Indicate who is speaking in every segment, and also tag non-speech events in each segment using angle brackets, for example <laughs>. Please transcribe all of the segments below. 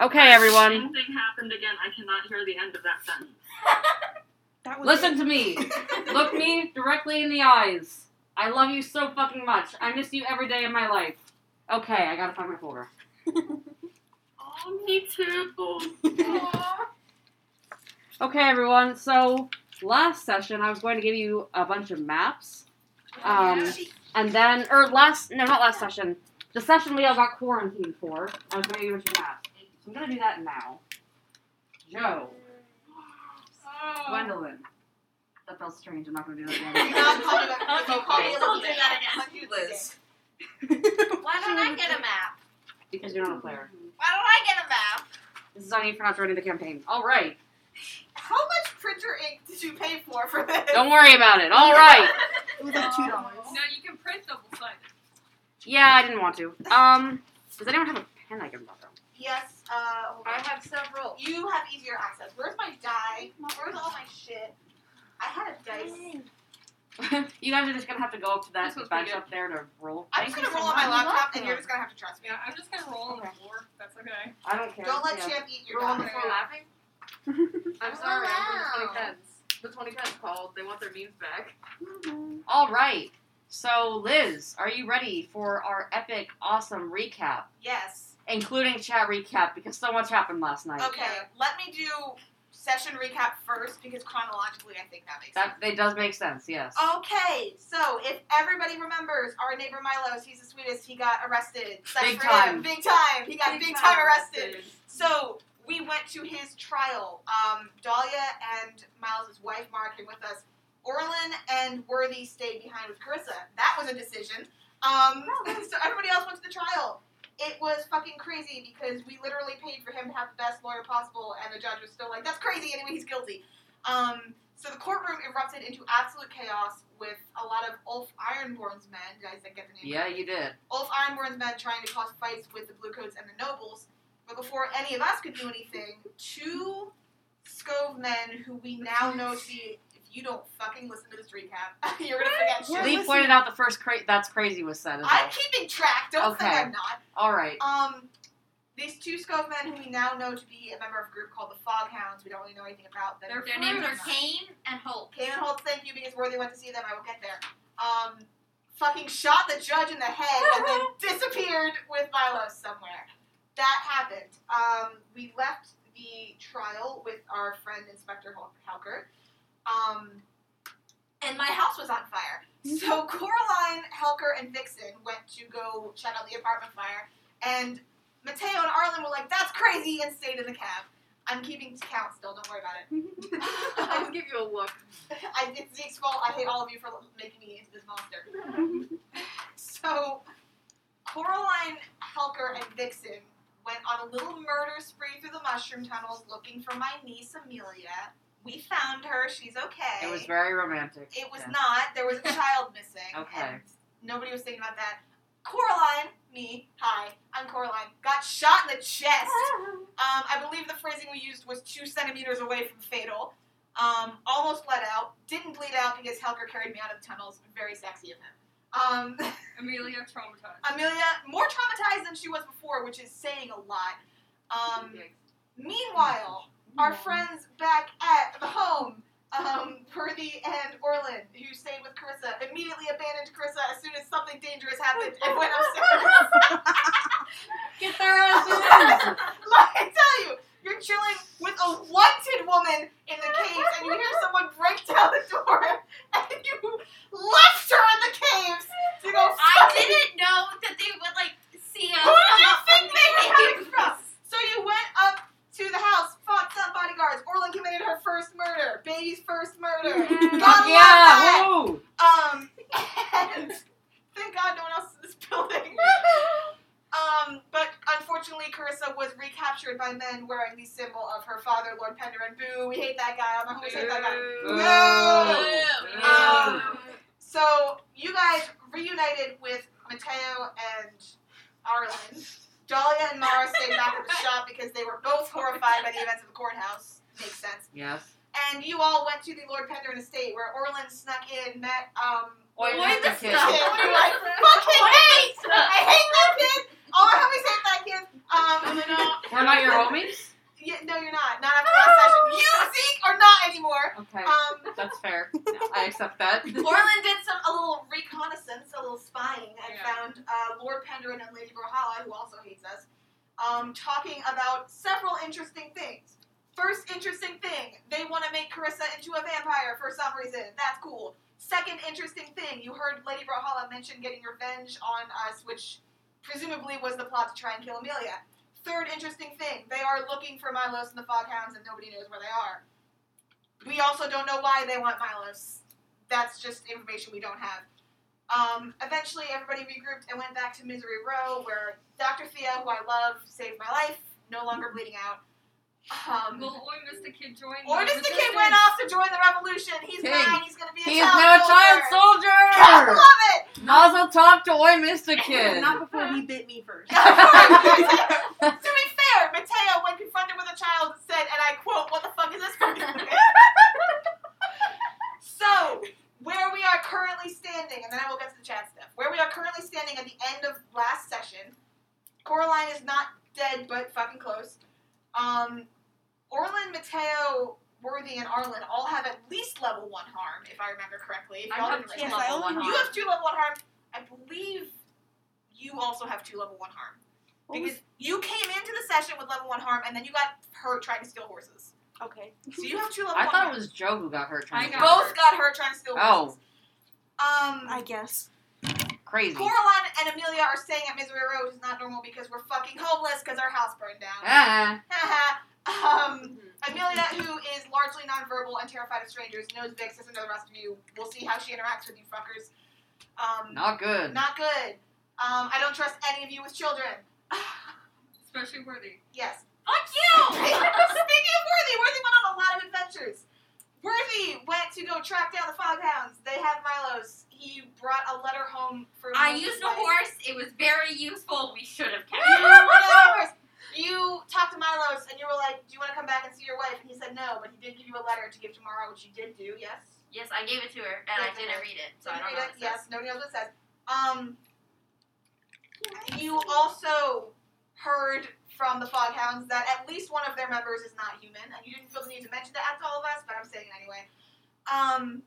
Speaker 1: Okay, everyone.
Speaker 2: Same thing happened again. I cannot hear the end of that sentence.
Speaker 3: That was
Speaker 1: Listen to
Speaker 4: <laughs>
Speaker 1: me. Look me directly in the eyes. I love you so fucking much. I miss you every day of my life. Okay, I gotta find my folder.
Speaker 2: Oh, me too.
Speaker 1: Okay, everyone. So last session, I was going to give you a bunch of maps, Um, and then, or last, no, not last session. The session we all got quarantined for. I was going to give you a bunch of maps. So I'm gonna do that now. Joe,
Speaker 5: Oh.
Speaker 1: Gwendolyn. That felt strange. I'm not gonna do that
Speaker 6: <laughs>
Speaker 3: You're not
Speaker 1: again.
Speaker 3: called it a-
Speaker 6: Okay,
Speaker 3: you called it a-
Speaker 6: don't do that again.
Speaker 3: Fuck you, Liz.
Speaker 6: Why don't I get a map?
Speaker 1: because you're not a player.
Speaker 6: Why don't I get a map?
Speaker 1: This is on you for not joining the campaign. All right.
Speaker 3: How much printer ink did you pay for for this?
Speaker 1: Don't worry about it. All
Speaker 3: <laughs>
Speaker 1: right.
Speaker 3: It was like two dollars.
Speaker 5: No, you can print double sided.
Speaker 1: Yeah, I didn't want to. Um, does anyone have a pen I can borrow?
Speaker 3: Yes. Uh, hold
Speaker 6: I
Speaker 3: on.
Speaker 6: have several.
Speaker 3: you have easier access. Where's my die? Where's all my shit? I had a dice.
Speaker 1: <laughs> you guys are just gonna have to go up to that
Speaker 5: This was
Speaker 1: bench
Speaker 5: pretty
Speaker 1: up there to roll.
Speaker 3: I'm
Speaker 1: Thank
Speaker 3: just gonna
Speaker 1: you so
Speaker 3: roll on my
Speaker 1: much.
Speaker 3: laptop, and you're just gonna have to trust me.
Speaker 5: Yeah, I'm just gonna roll on the floor. That's okay.
Speaker 1: I don't care.
Speaker 3: Don't let
Speaker 1: yeah.
Speaker 3: Champ eat your
Speaker 5: Roll
Speaker 3: die.
Speaker 5: on the floor.
Speaker 2: laughing?
Speaker 6: I'm sorry, I'm
Speaker 2: Twenty
Speaker 6: from the 20
Speaker 2: pens. The twenty pens called. They want their memes back.
Speaker 1: All right. So Liz, are you ready for our epic, awesome recap,
Speaker 3: Yes.
Speaker 1: including chat recap because so much happened last night.
Speaker 3: Okay.
Speaker 5: Yeah.
Speaker 3: Let me do session recap first because chronologically, I think that makes sense.
Speaker 1: That it does make sense. Yes.
Speaker 3: Okay, so if everybody remembers our neighbor Milos, he's the sweetest. He got arrested. Sucks
Speaker 1: Big
Speaker 3: for
Speaker 1: time.
Speaker 3: Him. Big time. He got big, time, arrested. So we went to his trial. Um, Dahlia and Miles' wife Mark came with us. Orlin and Worthy stayed behind with Carissa. That was a decision. Um, <laughs> so everybody else went to the trial. It was fucking crazy because we literally paid for him to have the best lawyer possible, and the judge was still like, "That's crazy." Anyway, he's guilty. Um, so the courtroom erupted into absolute chaos with a lot of Ulf Ironborn's men. Did I get the name?
Speaker 1: Yeah, you did.
Speaker 3: Ulf Ironborn's men trying to cause fights with the Bluecoats and the Nobles. But before any of us could do anything, two Scove men who we now know to be, if you don't fucking listen to this recap, <laughs> you're gonna forget shit.
Speaker 1: Lee pointed out the first cra- that's crazy was said. as
Speaker 3: I'm
Speaker 1: well.
Speaker 3: keeping track, don't
Speaker 1: Okay.
Speaker 3: think I'm not.
Speaker 1: All right.
Speaker 3: Um, these two Scove men who we now know to be a member of a group called the Foghounds, we don't really know anything about them.
Speaker 5: They're
Speaker 6: Their names are Kane and Holt.
Speaker 3: Kane and Holt, thank you because Worthy went to see them. I will get there. Um, fucking shot the judge in the head and then disappeared with Milo somewhere. That happened. Um, we left the trial with our friend Inspector Hel- Helker. Um, and my house was on fire. So
Speaker 2: <laughs>
Speaker 3: Coraline, Helker, and Vixen went to go check out the apartment fire. And Mateo and Arlen were like, that's crazy, and stayed in the cab. I'm keeping count still, don't
Speaker 2: <laughs>
Speaker 3: worry about it.
Speaker 2: I'll give you a look.
Speaker 3: <laughs> I, it's Zeke's fault. I hate all of you for making me into this
Speaker 2: <laughs>
Speaker 3: monster. so, Coraline, Helker, and Vixen went on a little murder spree through the mushroom tunnels looking for my niece Amelia. We found her. She's okay.
Speaker 1: It was very romantic.
Speaker 3: It was
Speaker 1: Yeah.
Speaker 3: not. There was a child missing.
Speaker 1: Okay.
Speaker 3: and nobody was thinking about that. Coraline, me, hi, I'm Coraline, got shot in the chest. Um, I believe the phrasing we used was two centimeters away from fatal. Um, almost bled out. Didn't bleed out because Helker carried me out of the tunnels. Very sexy of him. Um, <laughs>
Speaker 5: Amelia traumatized.
Speaker 3: Amelia, more traumatized than she was before, which is saying a lot. Um,
Speaker 2: Okay.
Speaker 3: meanwhile, our friends back at the home, um, Worthy and Orlin, who stayed with Carissa, immediately abandoned Carissa as soon as something dangerous happened and went <laughs> upstairs.
Speaker 1: Get their asses.
Speaker 3: Let me tell you, you're chilling with a wanted woman in the caves, and you hear someone break down the door, <laughs> and you left her in the caves to go.
Speaker 6: <laughs> I
Speaker 3: fucking-
Speaker 6: didn't know that they would like see us.
Speaker 3: Who do you
Speaker 6: come up
Speaker 3: think they
Speaker 6: from
Speaker 3: came
Speaker 6: the
Speaker 3: from?
Speaker 6: caves.
Speaker 3: So you went up to the house, fought some bodyguards. Orlin committed her first murder, baby's first murder.
Speaker 6: Yeah.
Speaker 3: God love that.
Speaker 1: yeah. Woo.
Speaker 3: Um, and thank God no one else is in this building. Um, but unfortunately, Carissa was recaptured by men wearing the symbol of her father, Lord Penderin. Boo, we hate that guy. I'm always hate that guy.
Speaker 1: Boo.
Speaker 3: No.
Speaker 6: Boo.
Speaker 3: Oh.
Speaker 1: Um,
Speaker 3: So you guys reunited with Mateo and Arlen. Dahlia and Mara stayed back at the shop because they were both horrified by the events of the courthouse. Makes sense.
Speaker 1: Yes.
Speaker 3: And you all went to the Lord Penderin estate where Orlin snuck in, met um,
Speaker 1: Or
Speaker 6: Boy,
Speaker 1: just
Speaker 6: this
Speaker 1: a kid.
Speaker 5: <laughs>
Speaker 6: stuff.
Speaker 3: kid who I fucking hate. I hate that kid. All I always say back is, um,
Speaker 1: We're not your homies?
Speaker 3: yeah, no, you're not. Not after last session. You, Zeke, are not anymore.
Speaker 1: Okay.
Speaker 3: Um,
Speaker 1: That's fair. I accept
Speaker 3: <laughs>
Speaker 1: that. <laughs>
Speaker 3: Orlin did some a little reconnaissance, a little spying, and
Speaker 5: Yeah.
Speaker 3: found uh, Lord Penderin and Lady Brohala, who also hates us, um, talking about several interesting things. First interesting thing, they want to make Carissa into a vampire for some reason. That's cool. Second interesting thing, you heard Lady Brohala mention getting revenge on us, which presumably was the plot to try and kill Amelia. Third interesting thing, they are looking for Milos and the Foghounds, and nobody knows where they are. We also don't know why they want Milos that's just information we don't have. Um, eventually, everybody regrouped and went back to Misery Row, where Dr. Thea, who I love, saved my life, no longer bleeding out. Um,
Speaker 5: Will Oi Mr. Kid join?
Speaker 3: or
Speaker 5: the
Speaker 3: does the kid
Speaker 5: resistance?
Speaker 3: went off to join the revolution? He's
Speaker 1: King.
Speaker 3: nine. He's gonna be a
Speaker 1: He's
Speaker 3: child
Speaker 1: now a
Speaker 3: soldier.
Speaker 1: child
Speaker 3: God, <laughs>
Speaker 1: soldier!
Speaker 3: love it.
Speaker 1: Nozzle talk to Oi Mr. Kid. <laughs>
Speaker 4: Not before he bit me first.
Speaker 3: to be fair, Mateo, when confronted with a child, said, and I quote, "What the fuck is this?" fucking thing?" so, where we are currently standing, and then I will get to the chat stuff. Where we are currently standing at the end of last session, Coraline is not dead, but fucking close. Um, Orlin, Mateo, Worthy, and Arlen all have at least level one harm, if I remember correctly. If
Speaker 1: I
Speaker 3: y'all
Speaker 1: have
Speaker 3: didn't
Speaker 1: two
Speaker 3: raise
Speaker 4: level
Speaker 3: that.
Speaker 4: one
Speaker 3: You
Speaker 1: harm.
Speaker 3: have two level one harm. I believe you also have two level one harm.
Speaker 4: What was-
Speaker 3: Because you came into the session with level one harm, and then you got hurt trying to steal horses.
Speaker 4: okay.
Speaker 3: So you have two level
Speaker 1: I
Speaker 3: one.
Speaker 1: thought
Speaker 3: harm.
Speaker 1: it was Joe who got hurt trying
Speaker 5: I
Speaker 1: to
Speaker 5: got
Speaker 3: both got hurt trying to steal horses.
Speaker 1: Oh,
Speaker 3: Um,
Speaker 4: I guess.
Speaker 1: crazy.
Speaker 3: Coraline and Amelia are staying at Misery Road, which is not normal because we're fucking homeless because our house burned down.
Speaker 1: Ah.
Speaker 3: <laughs>
Speaker 4: <laughs>
Speaker 3: um, Amelia, who is largely nonverbal and terrified of strangers, knows Vix isn't the rest of you. We'll see how she interacts with you fuckers. Um,
Speaker 1: Not good.
Speaker 3: not good. Um, I don't trust any of you with children.
Speaker 5: Especially Worthy.
Speaker 3: yes.
Speaker 6: Fuck you!
Speaker 3: Speaking <laughs> of Worthy, Worthy went on a lot of adventures. Worthy went to go track down the Foghounds. They have Milos. He brought a letter home for.
Speaker 6: I
Speaker 3: Milos's
Speaker 6: used a
Speaker 3: wife.
Speaker 6: horse. It was very useful. We should have kept
Speaker 3: You <laughs>
Speaker 6: it.
Speaker 3: went on a horse. You talked to Milos and you were like, "Do you want to come back and see your wife?" And he said no, but he did give you a letter to give tomorrow, which you did do. Yes.
Speaker 6: Yes, I gave it to her, and I didn't read it, so I
Speaker 3: Did
Speaker 6: don't know.
Speaker 3: you read
Speaker 6: What
Speaker 3: it?
Speaker 6: it says.
Speaker 3: Yes. Nobody knows what it says. Um. You also heard from the Foghounds that at least one of their members is not human, and you didn't feel the need to mention that to all of us, but I'm saying it anyway. Um,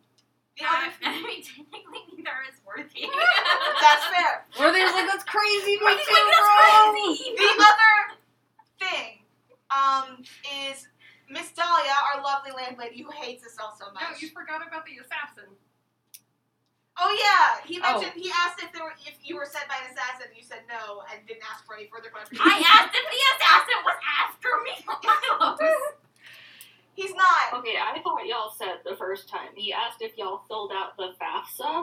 Speaker 3: the
Speaker 6: <laughs>
Speaker 3: other,
Speaker 6: I mean, technically, neither is worthy.
Speaker 3: <laughs> that's fair.
Speaker 1: Worthy's like, that's
Speaker 3: <laughs>
Speaker 1: crazy, me
Speaker 6: Worthy's
Speaker 1: too,
Speaker 6: like,
Speaker 1: bro.
Speaker 6: that's <laughs> crazy.
Speaker 3: The other thing um, is Miss Dahlia, our lovely landlady who hates us all
Speaker 5: No,
Speaker 3: so much.
Speaker 5: you forgot about the assassin.
Speaker 3: Oh yeah, he
Speaker 1: Oh.
Speaker 3: mentioned he asked if there were if you were sent by an assassin, and you said no, and didn't ask for any further questions.
Speaker 6: I asked if the assassin was after me. <laughs> Milos.
Speaker 3: He's not.
Speaker 2: Okay, I thought y'all said the first time. He asked if y'all filled out the FAFSA.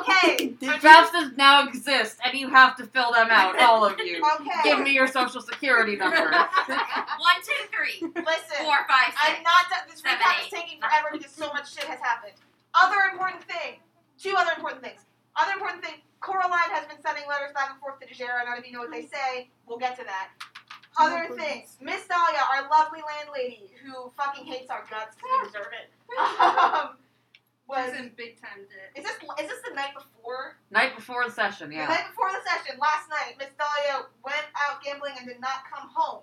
Speaker 3: Okay.
Speaker 4: Did
Speaker 1: FAFSAs now exist, and you have to fill them out, all of you.
Speaker 3: Okay.
Speaker 1: Give me your social security
Speaker 3: <laughs>
Speaker 1: number.
Speaker 6: One, two, three,
Speaker 3: Listen.
Speaker 6: four, five,
Speaker 3: I'm
Speaker 6: six.
Speaker 3: not done. This
Speaker 6: Seven,
Speaker 3: recap is
Speaker 6: eight.
Speaker 3: taking forever because so much shit has happened. Other important thing. Two other important things. Other important thing. Coraline has been sending letters back and forth to Dejera. None of you know what they say. We'll get to that. Other
Speaker 4: No, please.
Speaker 3: things. Miss Dahlia, our lovely landlady, who fucking hates our guts
Speaker 6: <laughs>
Speaker 3: because we deserve it. <laughs> Um, was
Speaker 5: He's in big time debt.
Speaker 3: is this is this the night before?
Speaker 1: Night before the session,
Speaker 3: The
Speaker 1: yeah.
Speaker 3: night before the session, last night, Miss Dahlia went out gambling and did not come home.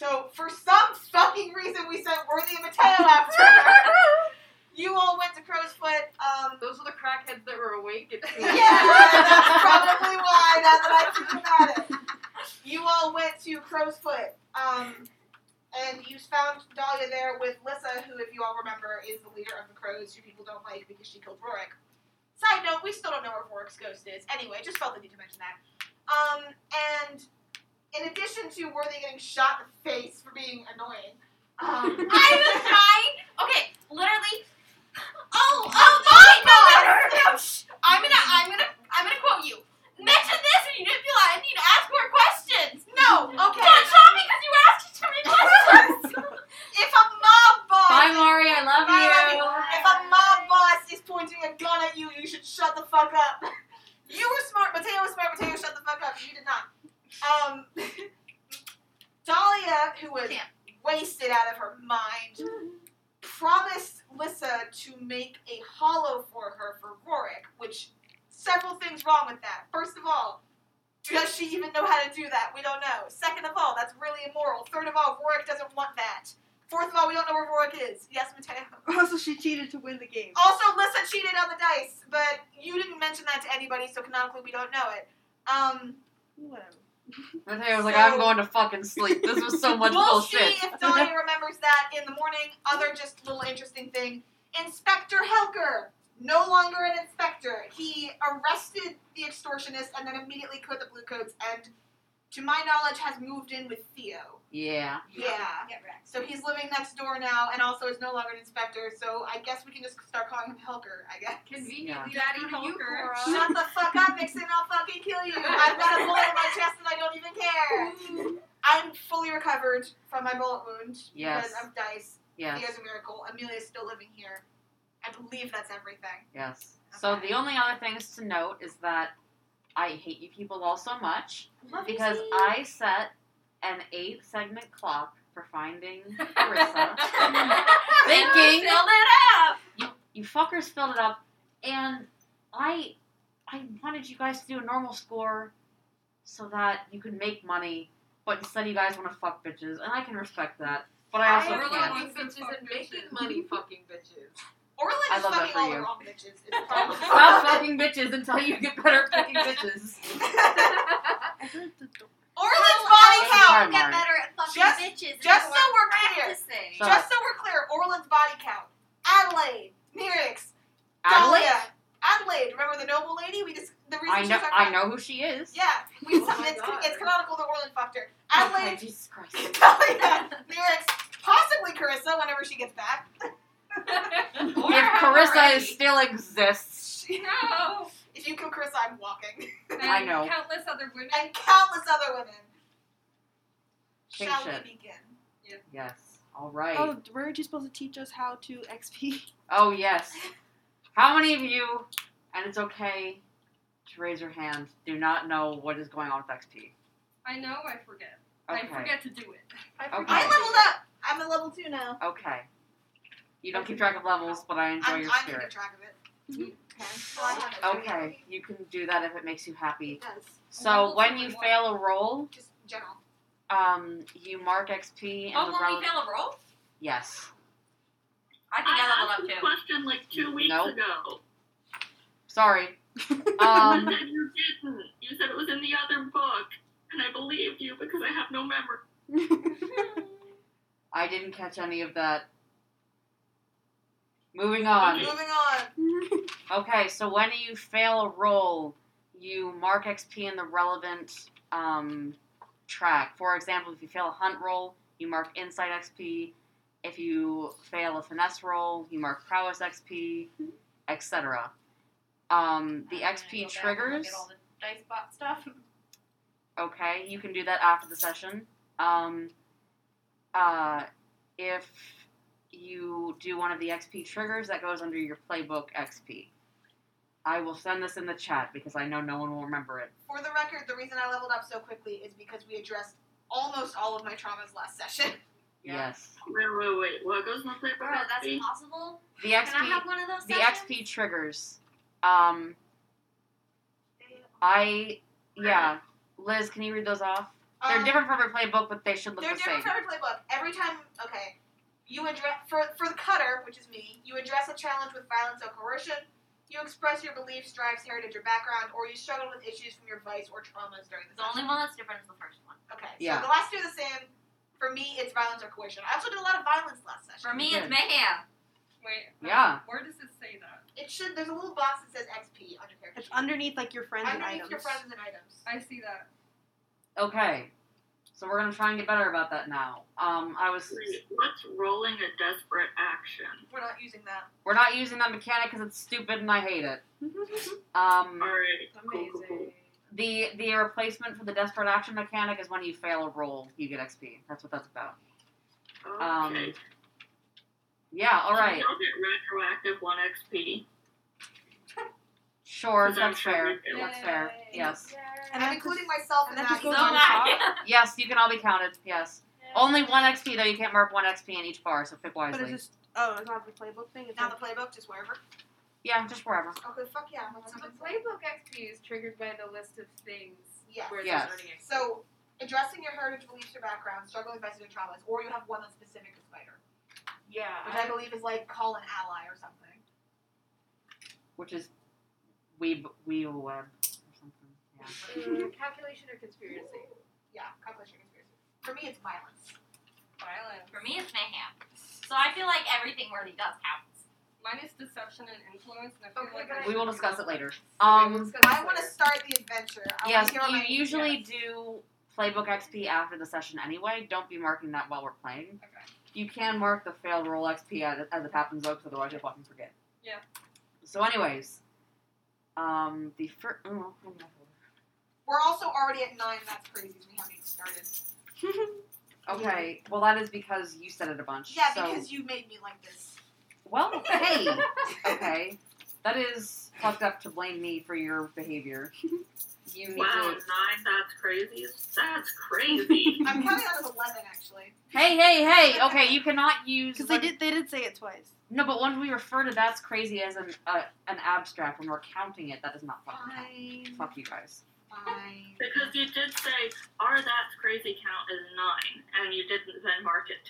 Speaker 3: So for some fucking reason, we sent Worthy and Mateo
Speaker 1: <laughs>
Speaker 3: after her. You all went to Crow's Foot. Um,
Speaker 2: Those are the crackheads that were awake.
Speaker 3: <laughs>
Speaker 2: At
Speaker 3: yeah, that's probably why. Now that I think about it, you all went to Crow's Foot. Um, and you found Dahlia there with Lissa, who, if you all remember, is the leader of the Crows, who people don't like because she killed Rorik. Side note: We still don't know where Rorik's ghost is. Anyway, just felt the need to mention that. Um, and in addition to Worthy getting shot in the face for being annoying, <laughs> um,
Speaker 6: I was trying. Okay, literally. Oh, oh, no, wait, no, no, no, no, no. Shh. I'm gonna, I'm gonna, I'm gonna quote you. Mention this and you didn't feel I need to ask more questions.
Speaker 3: no, okay.
Speaker 6: Got shot because you were asking too many questions.
Speaker 3: If a mob boss,
Speaker 1: Bye, Maury, I love
Speaker 3: Bye,
Speaker 1: you.
Speaker 3: Maury. if a mob boss is pointing a gun at you, you should shut the fuck up. <laughs> You were smart, Mateo was smart. Mateo, shut the fuck up. You did not. Um, Dahlia, who was
Speaker 6: Damn.
Speaker 3: wasted out of her mind, promised Lissa to make a hollow for her for Rorik, which several things wrong with that. First of all, Does she even know how to do that? We don't know. Second of all, that's really immoral. Third of all, Rorik doesn't want that. Fourth of all, we don't know where Rorik is. Yes, Mateo. <laughs>
Speaker 4: Also, she cheated to win the game.
Speaker 1: Oh.
Speaker 3: Also, Lissa cheated on the dice, but you didn't mention that to anybody, so canonically we don't know it. Um,
Speaker 4: Whatever.
Speaker 1: Mateo was like,
Speaker 3: So-
Speaker 1: I'm going to fucking sleep. This was so much
Speaker 3: we'll
Speaker 1: bullshit.
Speaker 3: see if Donnie remembers that in the morning. Other just little interesting thing. Inspector Helker, no longer an inspector. He arrested the extortionist and then immediately code the blue coats and to my knowledge has moved in with Theo.
Speaker 1: yeah.
Speaker 3: Yeah.
Speaker 6: Get wrecked.
Speaker 3: So he's living next door now and also is no longer an inspector, so I guess we can just start calling him Helker, I guess.
Speaker 5: Conveniently, Daddy
Speaker 6: Daddy, you
Speaker 5: Helker.
Speaker 6: Cora.
Speaker 3: Shut the fuck up, Vixen, I'll fucking kill you. I've got a bullet in my chest and I don't even care. I'm fully recovered from my bullet wound
Speaker 1: Yes.
Speaker 3: because of dice.
Speaker 1: Yes.
Speaker 3: Theo's a miracle. Amelia's still living here. I believe that's everything.
Speaker 1: Yes. So
Speaker 3: Okay.
Speaker 1: the only other things to note is that I hate you people all so much because I set an eight segment clock for finding
Speaker 3: <laughs>
Speaker 6: <laughs>
Speaker 1: Carissa. thinking
Speaker 6: Filled it up.
Speaker 1: you fuckers filled it up and I I wanted you guys to do a normal score so that you could make money, but instead you guys want to fuck bitches, and I can respect that. But I also
Speaker 5: I really
Speaker 1: can't.
Speaker 5: <laughs> want-
Speaker 7: fucking bitches and making money fucking bitches.
Speaker 3: Orlin
Speaker 1: I
Speaker 3: is
Speaker 1: love that
Speaker 3: fucking
Speaker 1: for
Speaker 3: all the
Speaker 1: you.
Speaker 3: wrong bitches.
Speaker 1: <laughs>
Speaker 3: It's a problem.
Speaker 1: <laughs> Stop fucking bitches until you get better at fucking bitches.
Speaker 3: <laughs> Orlin's body
Speaker 1: Well,
Speaker 3: count.
Speaker 1: Sorry,
Speaker 6: I'll get
Speaker 1: Mari.
Speaker 6: better at fucking
Speaker 3: Just-
Speaker 6: bitches. and
Speaker 3: just so
Speaker 6: we're
Speaker 3: we're clear.
Speaker 6: practicing.
Speaker 1: So-
Speaker 3: Just so we're clear, Orlin's body count. Adelaide, Nerix,
Speaker 1: Adelaide,
Speaker 3: Dahlia. Adelaide, remember the noble lady? We just the reason
Speaker 1: I
Speaker 3: she's
Speaker 1: know,
Speaker 3: our
Speaker 1: I
Speaker 3: friend.
Speaker 1: know who she is.
Speaker 3: Yeah, <laughs> we
Speaker 7: Oh my
Speaker 3: it's,
Speaker 7: God.
Speaker 3: it's canonical that Orlin fucked her.
Speaker 1: Oh,
Speaker 3: Adelaide,
Speaker 1: Jesus
Speaker 3: <laughs>
Speaker 1: Christ.
Speaker 3: Dahlia, Nerix, possibly Carissa whenever she gets back.
Speaker 1: if Carissa is, still exists,
Speaker 5: No.
Speaker 3: If you kill Carissa, I'm walking. <laughs>
Speaker 1: I know.
Speaker 5: And Countless other women.
Speaker 3: and countless other women.
Speaker 1: Big
Speaker 3: Shall
Speaker 1: shit.
Speaker 3: we begin?
Speaker 1: yes. All right.
Speaker 4: Oh, weren't you supposed to teach us how to XP?
Speaker 1: Oh yes. How many of you, and it's okay to raise your hand, do not know what is going on with XP?
Speaker 5: I know. I forget.
Speaker 1: Okay.
Speaker 5: I forget to do it.
Speaker 1: Okay.
Speaker 3: I leveled up. I'm at level two now.
Speaker 1: Okay. You don't keep track of levels, but I enjoy
Speaker 3: I'm,
Speaker 1: your
Speaker 3: I'm keeping
Speaker 1: spirit. Mm-hmm.
Speaker 3: track of it. Okay. Well, I have it.
Speaker 1: Okay, you can do that if it makes you happy.
Speaker 3: It does.
Speaker 1: So when you fail a roll,
Speaker 3: Just in general.
Speaker 1: um, you mark XP and
Speaker 6: Oh,
Speaker 1: the
Speaker 6: when
Speaker 1: round.
Speaker 6: we fail a roll?
Speaker 1: Yes.
Speaker 6: I think
Speaker 2: I
Speaker 6: I,
Speaker 2: asked this
Speaker 6: leveled up too.
Speaker 2: question like two weeks
Speaker 1: Nope.
Speaker 2: ago.
Speaker 1: Sorry.
Speaker 2: <laughs> you
Speaker 1: Um,
Speaker 2: said you didn't. You said it was in the other book, and I believed you because I have no memory.
Speaker 1: I didn't catch any of that. Moving on.
Speaker 3: Moving on.
Speaker 1: Okay, so when you fail a roll, you mark XP in the relevant um, track. For example, if you fail a hunt roll, you mark insight XP. If you fail a finesse roll, you mark prowess XP, etc. Um, the XP triggers.
Speaker 6: dice bot stuff.
Speaker 1: Okay, you can do that after the session. Um, uh, if you do one of the XP triggers, that goes under your playbook XP. I will send this in the chat because I know no one will remember it.
Speaker 3: For the record, the reason I leveled up so quickly is because we addressed almost all of my traumas last session.
Speaker 6: Yeah.
Speaker 1: Yes,
Speaker 2: Wait, wait, wait. What goes in the paper?
Speaker 6: Bro, that's possible.
Speaker 1: the
Speaker 6: Can I have
Speaker 1: XP,
Speaker 6: one of those?
Speaker 1: the
Speaker 6: sessions?
Speaker 1: XP triggers. Um, I yeah, Liz, can you read those off? They're
Speaker 3: Um,
Speaker 1: different for every playbook, but they should look the
Speaker 3: They're
Speaker 1: same.
Speaker 3: different from every playbook. Every time, okay, you address for for the cutter, which is me. You address a challenge with violence or coercion. You express your beliefs, drives, heritage, or background, or you struggle with issues from your vice or traumas during the
Speaker 6: The only
Speaker 3: session.
Speaker 6: one that's different is the first one.
Speaker 3: Okay,
Speaker 1: Yeah.
Speaker 3: so the last two are the same. For me, it's violence or coercion. I also did a lot of violence last
Speaker 6: For
Speaker 3: session.
Speaker 6: me,
Speaker 1: Good.
Speaker 6: it's mayhem.
Speaker 5: Wait. um,
Speaker 1: Yeah.
Speaker 5: Where does it say that?
Speaker 3: It should. There's a little box that says XP under character.
Speaker 4: It's
Speaker 3: sheet.
Speaker 4: underneath like your friends and
Speaker 3: Underneath
Speaker 4: items.
Speaker 3: your friends and items.
Speaker 5: I see that.
Speaker 1: Okay, so we're gonna try and get better about that now. Um, I was
Speaker 2: Wait, what's rolling a desperate action?
Speaker 3: We're not using that.
Speaker 1: We're not using that mechanic because it's stupid and I
Speaker 7: <laughs>
Speaker 1: hate it. Um,
Speaker 2: All right. Cool, cool, cool.
Speaker 7: Amazing.
Speaker 1: the the replacement for the desperate action mechanic is when you fail a roll, you get XP. That's what that's about.
Speaker 2: Okay.
Speaker 1: Um, Yeah. All right.
Speaker 2: I'll get retroactive one XP.
Speaker 1: Sure.
Speaker 2: 'cause I'm
Speaker 1: That's
Speaker 2: sure
Speaker 1: fair.
Speaker 2: we do.
Speaker 1: That's fair. Yes.
Speaker 4: And
Speaker 3: I'm
Speaker 4: that
Speaker 3: including myself in
Speaker 4: and that
Speaker 3: that.
Speaker 4: just goes
Speaker 6: So
Speaker 4: on the
Speaker 6: I-
Speaker 4: top,
Speaker 1: Yes. You can all be counted. Yes. Only one XP though. You can't mark one XP in each bar, so pick
Speaker 4: but it's
Speaker 1: wisely.
Speaker 4: just oh, it's not the playbook thing. It's
Speaker 3: now
Speaker 4: like-
Speaker 3: the playbook, just wherever.
Speaker 1: Yeah. Just wherever.
Speaker 3: Okay, fuck yeah. I'm
Speaker 7: So
Speaker 3: gonna-
Speaker 7: the playbook XP is triggered by the list of things
Speaker 3: Yes.
Speaker 7: Where it
Speaker 1: Yes.
Speaker 7: says earning XP.
Speaker 3: So, addressing your heritage, beliefs, or background, struggling with message and traumas, or you have one that's specific to Spider,
Speaker 7: yeah,
Speaker 3: which I believe is like call an ally or something.
Speaker 1: which is Weeb Wheel Web or something. Yeah.
Speaker 7: Mm, calculation or conspiracy.
Speaker 3: Yeah, complex conspiracy. For me, it's violence.
Speaker 5: <laughs> Violence.
Speaker 6: <laughs> For me, it's mayhem. So I feel like everything really does happen.
Speaker 5: Mine is deception and influence, and I feel
Speaker 7: Okay,
Speaker 5: like
Speaker 7: guys.
Speaker 5: I
Speaker 1: We will discuss it later.
Speaker 7: Okay,
Speaker 1: Um,
Speaker 7: let's go
Speaker 3: I want to
Speaker 7: later.
Speaker 3: start the adventure. I
Speaker 1: yes,
Speaker 3: want to hear what
Speaker 1: you
Speaker 3: my-
Speaker 1: usually do playbook XP after the session anyway. Don't be marking that while we're playing.
Speaker 5: Okay.
Speaker 1: You can mark the failed roll XP as, as it happens though, because otherwise you'll fucking forget.
Speaker 5: Yeah.
Speaker 1: So, anyways, um, the first. Oh, hang
Speaker 3: We're also already at nine. That's crazy. We haven't even started.
Speaker 1: on. okay. Well, that is because you said it a bunch.
Speaker 3: Yeah,
Speaker 1: so-
Speaker 3: because you made me like this. <laughs>
Speaker 1: Well, hey. okay. That is fucked up to blame me for your
Speaker 3: <laughs>
Speaker 1: behavior. You need
Speaker 2: Wow,
Speaker 1: to.
Speaker 2: nine. That's crazy. That's crazy. <laughs>
Speaker 1: <laughs>
Speaker 3: I'm counting out as eleven, actually.
Speaker 1: Hey, hey, hey! Okay, you cannot
Speaker 3: <laughs>
Speaker 1: use.
Speaker 4: Because they
Speaker 1: what-
Speaker 4: did, they did say it twice.
Speaker 1: No, but when we refer to that's crazy as an uh, an abstract, when we're counting it, that does not fucking count.
Speaker 3: Fine.
Speaker 1: Fuck you guys.
Speaker 3: Fine.
Speaker 2: because you did say our that's crazy count is nine, and you didn't then mark it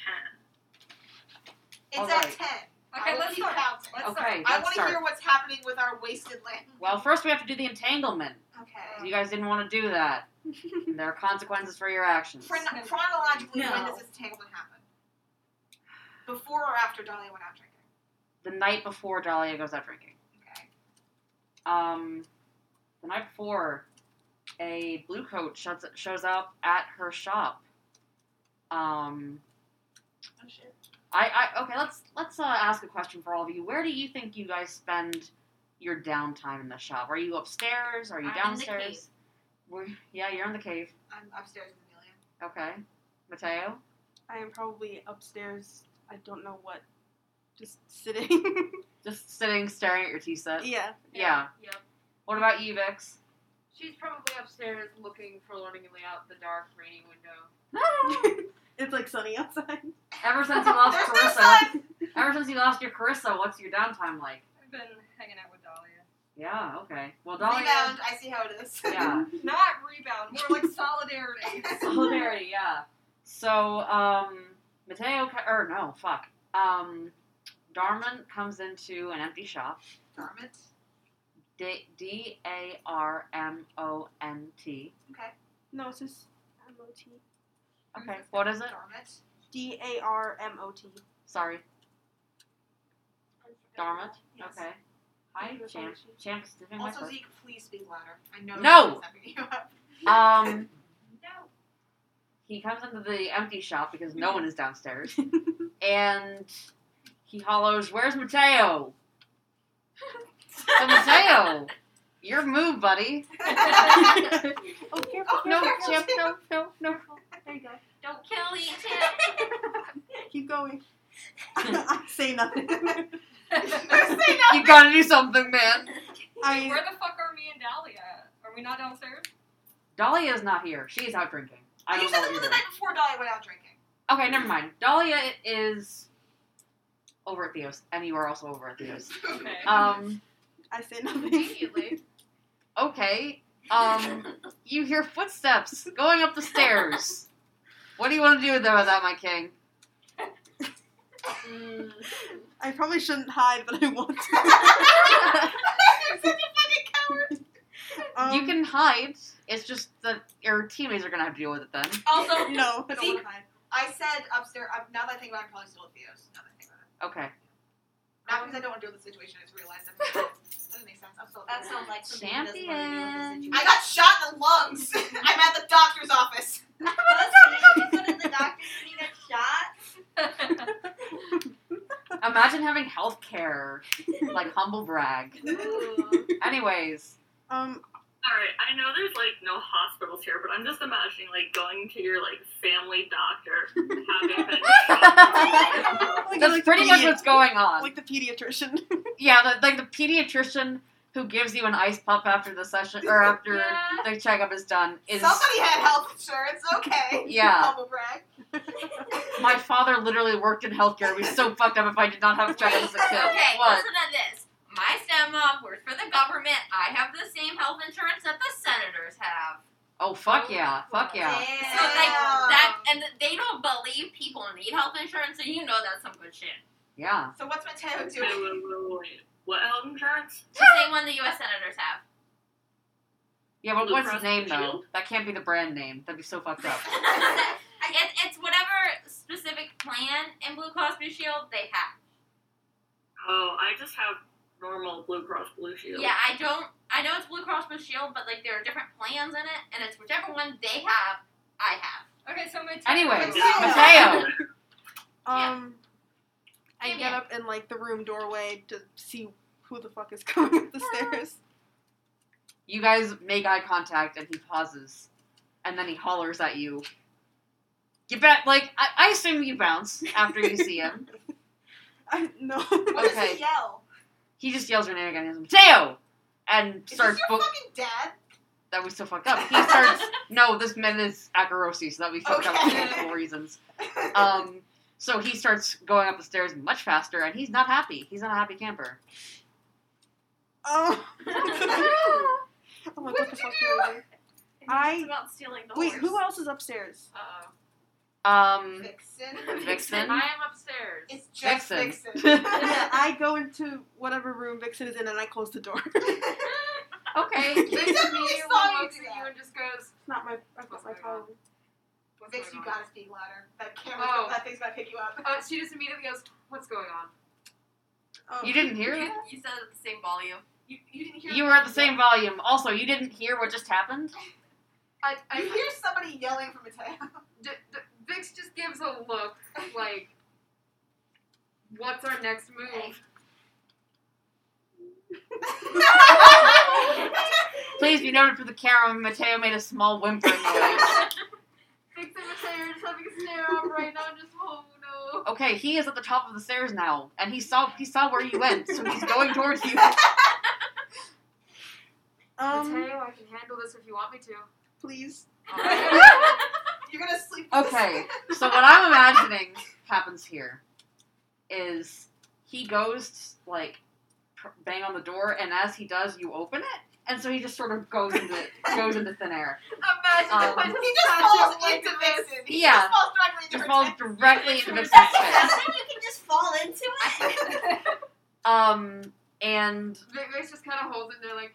Speaker 2: ten.
Speaker 3: It's
Speaker 1: All
Speaker 3: at
Speaker 1: right.
Speaker 3: ten. I
Speaker 5: Okay,
Speaker 3: will
Speaker 5: let's
Speaker 3: keep
Speaker 5: start.
Speaker 3: counting.
Speaker 5: Let's start.
Speaker 1: Okay,
Speaker 3: I
Speaker 1: let's
Speaker 3: want to
Speaker 1: start.
Speaker 3: hear what's happening with our wasted land.
Speaker 1: Well, first we have to do the entanglement.
Speaker 3: okay.
Speaker 1: You guys didn't want to do
Speaker 3: <laughs>
Speaker 1: that. and there are consequences for your actions.
Speaker 3: Chron- chronologically, when
Speaker 4: No.
Speaker 3: does this tanglement happen? Before or after Dahlia went out drinking?
Speaker 1: The night before Dahlia goes out drinking.
Speaker 3: Okay.
Speaker 1: um, the night before, a blue coat shows, shows up at her shop. Um,
Speaker 6: Oh,
Speaker 1: I, I okay. Let's let's uh, ask a question for all of you. Where do you think you guys spend your downtime in the shop? Are you upstairs? Are you
Speaker 6: I'm in the
Speaker 1: downstairs?
Speaker 6: cave.
Speaker 1: We're, yeah, you're in the cave.
Speaker 3: I'm upstairs with Amelia.
Speaker 1: Okay, Mateo.
Speaker 4: I am probably upstairs. I don't know what. Just sitting. <laughs>
Speaker 1: Just sitting, staring at your tea set.
Speaker 4: yeah.
Speaker 1: Yeah.
Speaker 7: Yep.
Speaker 1: What about you,
Speaker 6: <laughs>
Speaker 1: Vix?
Speaker 7: She's probably upstairs looking forlornly out the dark, rainy window.
Speaker 4: it's like sunny outside.
Speaker 1: Ever since you lost
Speaker 3: There's no
Speaker 1: Carissa, ever since you lost your Carissa, what's your downtime like?
Speaker 5: I've been hanging out with Dahlia.
Speaker 1: Yeah, okay. Well, Dahlia.
Speaker 3: Rebound. I see how it is. <laughs>
Speaker 1: Yeah.
Speaker 5: Not rebound, more <laughs> like
Speaker 7: <laughs>
Speaker 5: solidarity.
Speaker 1: Solidarity, yeah. So, um, Mateo, co- or no, fuck. Um, Darman comes into an empty shop.
Speaker 3: Dormant.
Speaker 1: D- D-A-R-M-O-N-T.
Speaker 3: Okay.
Speaker 4: No, it's just M O T.
Speaker 1: Okay, what is it?
Speaker 3: Dormant.
Speaker 4: D A R M O T.
Speaker 1: Sorry, Darman?
Speaker 3: Yes.
Speaker 1: Okay. Hi, Champ. Champ is doing my
Speaker 3: Also, Zeke, please speak louder. I know.
Speaker 1: No!
Speaker 3: it's effing
Speaker 1: <laughs>
Speaker 3: you up. <laughs>
Speaker 1: best. Um,
Speaker 7: No.
Speaker 1: he comes into the empty shop because no one is downstairs. and he hollers, Where's Mateo? So,
Speaker 3: <laughs>
Speaker 1: Mateo, your move, buddy.
Speaker 4: <laughs> Oh, here.
Speaker 3: Oh,
Speaker 1: No,
Speaker 3: here
Speaker 1: Champ,
Speaker 3: comes-
Speaker 1: no, no, no.
Speaker 4: There you go.
Speaker 6: <laughs> Don't kill me, Tim.
Speaker 1: <laughs>
Speaker 4: Keep going. <laughs> I say nothing.
Speaker 1: You gotta do something, man.
Speaker 4: I
Speaker 5: Where the fuck are me and Dahlia at? Are we not downstairs?
Speaker 1: Dahlia is not here. She's out drinking. I
Speaker 3: you
Speaker 1: don't know
Speaker 3: said this
Speaker 1: what
Speaker 3: was
Speaker 1: you're
Speaker 3: the
Speaker 1: doing.
Speaker 3: night before Dahlia went out drinking.
Speaker 1: Okay, never mind. Dahlia is over at Theo's, and you are also over at Theo's.
Speaker 5: Okay.
Speaker 1: Um,
Speaker 4: I say nothing.
Speaker 7: Immediately.
Speaker 1: okay. <laughs>
Speaker 6: <laughs>
Speaker 1: Um, you hear footsteps going up the
Speaker 3: <laughs>
Speaker 1: stairs. What do you want to do though with that, my king?
Speaker 4: <laughs>
Speaker 2: Hmm.
Speaker 4: I probably shouldn't hide, but I want
Speaker 3: You're such a fucking coward.
Speaker 4: to.
Speaker 1: <laughs>
Speaker 4: Um,
Speaker 1: you can hide. It's just that your teammates are gonna have to deal with it then. <laughs>
Speaker 4: <laughs>
Speaker 3: Also,
Speaker 4: No.
Speaker 3: I don't wanna hide. I said upstairs. Um, now that I think about it, I'm probably still with Theo's. Now that I think about it.
Speaker 1: Okay.
Speaker 3: Not because I don't want to deal with the situation. I just realized
Speaker 1: <laughs>
Speaker 3: that doesn't make sense. I'm still.
Speaker 6: That sounds like something that doesn't want to
Speaker 1: Champion. <laughs>
Speaker 6: deal with the situation.
Speaker 3: I got shot in the lungs. I'm at the doctor's office.
Speaker 6: go to the doctor and you get shot.
Speaker 1: <laughs> Imagine having health care. Like humble brag. Anyways,
Speaker 4: <laughs> Um.
Speaker 2: All right, I know there's like no hospitals here, but I'm just imagining like going to your like family doctor, having <laughs> been shot.
Speaker 4: like-
Speaker 1: that's
Speaker 4: like the
Speaker 1: pretty much
Speaker 4: pedi-
Speaker 1: what's going on.
Speaker 4: Like the pediatrician. <laughs>
Speaker 1: Yeah, the, like the pediatrician who gives you an ice pump after the session or after
Speaker 5: Yeah.
Speaker 1: the checkup is done is
Speaker 3: Somebody had health insurance. Okay.
Speaker 1: yeah.
Speaker 3: Humble brag.
Speaker 1: My father literally worked in healthcare. It was so fucked up if I did not have checkups as a kid.
Speaker 6: okay,
Speaker 1: What?
Speaker 6: listen to this. My stepmom works for the government. I have the same health insurance that the senators have.
Speaker 1: Oh fuck yeah, fuck yeah.
Speaker 6: So like that, and they don't believe people need health insurance, so you know that's some good shit.
Speaker 1: Yeah.
Speaker 3: So what's Mateo
Speaker 2: Wait, wait,
Speaker 3: doing?
Speaker 2: wait, wait. What health insurance?
Speaker 6: It's the same one the U.S.
Speaker 4: <laughs>
Speaker 6: senators have. <laughs>
Speaker 1: Yeah, but
Speaker 2: Blue
Speaker 1: what's his
Speaker 2: Cross
Speaker 1: name
Speaker 2: Blue
Speaker 1: though?
Speaker 2: Shield?
Speaker 1: That can't be the brand name. That'd be so fucked
Speaker 6: <laughs>
Speaker 1: up.
Speaker 6: it, it's whatever specific plan in Blue Cross Blue Shield they have.
Speaker 2: Oh, I just have normal Blue Cross Blue Shield.
Speaker 6: Yeah, I don't. I know it's Blue Cross Blue Shield, but like there are different plans in it, and it's whichever one they have, I have. <laughs>
Speaker 5: Okay, so Mateo.
Speaker 1: Anyway,
Speaker 7: <laughs>
Speaker 3: Mateo.
Speaker 1: Mateo.
Speaker 4: Um, I
Speaker 6: Give me
Speaker 4: get
Speaker 6: it.
Speaker 4: up in like the room doorway to see who the fuck is <laughs> coming up the stairs.
Speaker 1: You guys make eye contact and he pauses. And then he hollers at you. You bet like I, I assume you bounce after you see
Speaker 3: <laughs>
Speaker 1: him.
Speaker 4: I no. <laughs>
Speaker 3: What does
Speaker 1: Okay.
Speaker 3: he yell?
Speaker 1: He just yells your name again. He goes, Mateo and
Speaker 3: Is
Speaker 1: starts
Speaker 3: this your
Speaker 1: bo-
Speaker 3: fucking dad?
Speaker 1: that was so fucked up. He
Speaker 3: <laughs>
Speaker 1: starts no, this man is Akarosi, so that we fucked up for
Speaker 3: Okay.
Speaker 1: multiple
Speaker 3: <laughs>
Speaker 1: reasons. Um so he starts going up the stairs much faster and he's not happy. He's not a happy camper.
Speaker 4: Oh. <laughs> I'm like, what, the fuck do I do? <laughs> I-
Speaker 7: It's about stealing the
Speaker 4: Wait,
Speaker 7: horse.
Speaker 4: who else is upstairs?
Speaker 7: Uh-oh.
Speaker 1: Um
Speaker 3: Vixen.
Speaker 1: Vixen?
Speaker 7: I am upstairs.
Speaker 3: It's just
Speaker 1: Vixen.
Speaker 3: Vixen.
Speaker 1: <laughs>
Speaker 4: <laughs> I go into whatever room Vixen is in and I close the <laughs> door. it's
Speaker 1: Okay.
Speaker 3: They
Speaker 7: Immediately
Speaker 3: definitely saw you
Speaker 7: looks
Speaker 3: do
Speaker 7: at you
Speaker 3: that.
Speaker 7: and just goes,
Speaker 4: not my. I thought my problem.
Speaker 7: What's
Speaker 3: Vix, you
Speaker 7: going on?
Speaker 3: gotta speak louder. That camera's
Speaker 7: Oh.
Speaker 3: that thing's about to pick you up.
Speaker 7: Uh, she just immediately goes, What's going on?
Speaker 4: Oh.
Speaker 1: You
Speaker 4: <laughs>
Speaker 1: didn't hear
Speaker 6: You,
Speaker 1: that?
Speaker 6: you said it at the same volume.
Speaker 7: You, you didn't hear
Speaker 1: You were at the same volume. Also, you didn't hear what just happened?
Speaker 7: I, I,
Speaker 3: You hear somebody yelling from Mateo.
Speaker 7: D- d- Vix just gives a look like, What's our next move?
Speaker 1: Please be noted for the camera, Mateo made a small whimpering noise.
Speaker 7: Vix and Mateo are just having a snare off right now, just, Oh no.
Speaker 1: Okay, he is at the top of the stairs now, and he saw he saw where you went, so he's going towards you.
Speaker 4: Um,
Speaker 7: Mateo, I can handle this if you want me to.
Speaker 4: please.
Speaker 3: <laughs> You're gonna sleep with this
Speaker 1: Okay, so what I'm imagining happens here is he goes like pr- bang on the door, and as he does, you open it, and so he just sort of goes into goes into thin air.
Speaker 7: <laughs> Imagine
Speaker 1: Um,
Speaker 7: if I
Speaker 3: He
Speaker 7: just
Speaker 3: just
Speaker 7: touch
Speaker 3: falls
Speaker 7: it like
Speaker 3: into
Speaker 7: this.
Speaker 3: Vixen. He
Speaker 1: Yeah.
Speaker 3: just falls directly into
Speaker 1: Just
Speaker 3: her
Speaker 1: falls
Speaker 3: tent.
Speaker 1: directly into Vixen's
Speaker 6: That's
Speaker 1: face.
Speaker 6: something you can just fall into it.
Speaker 1: Um, and
Speaker 7: Vic- Vix just kind of holds it and they're like,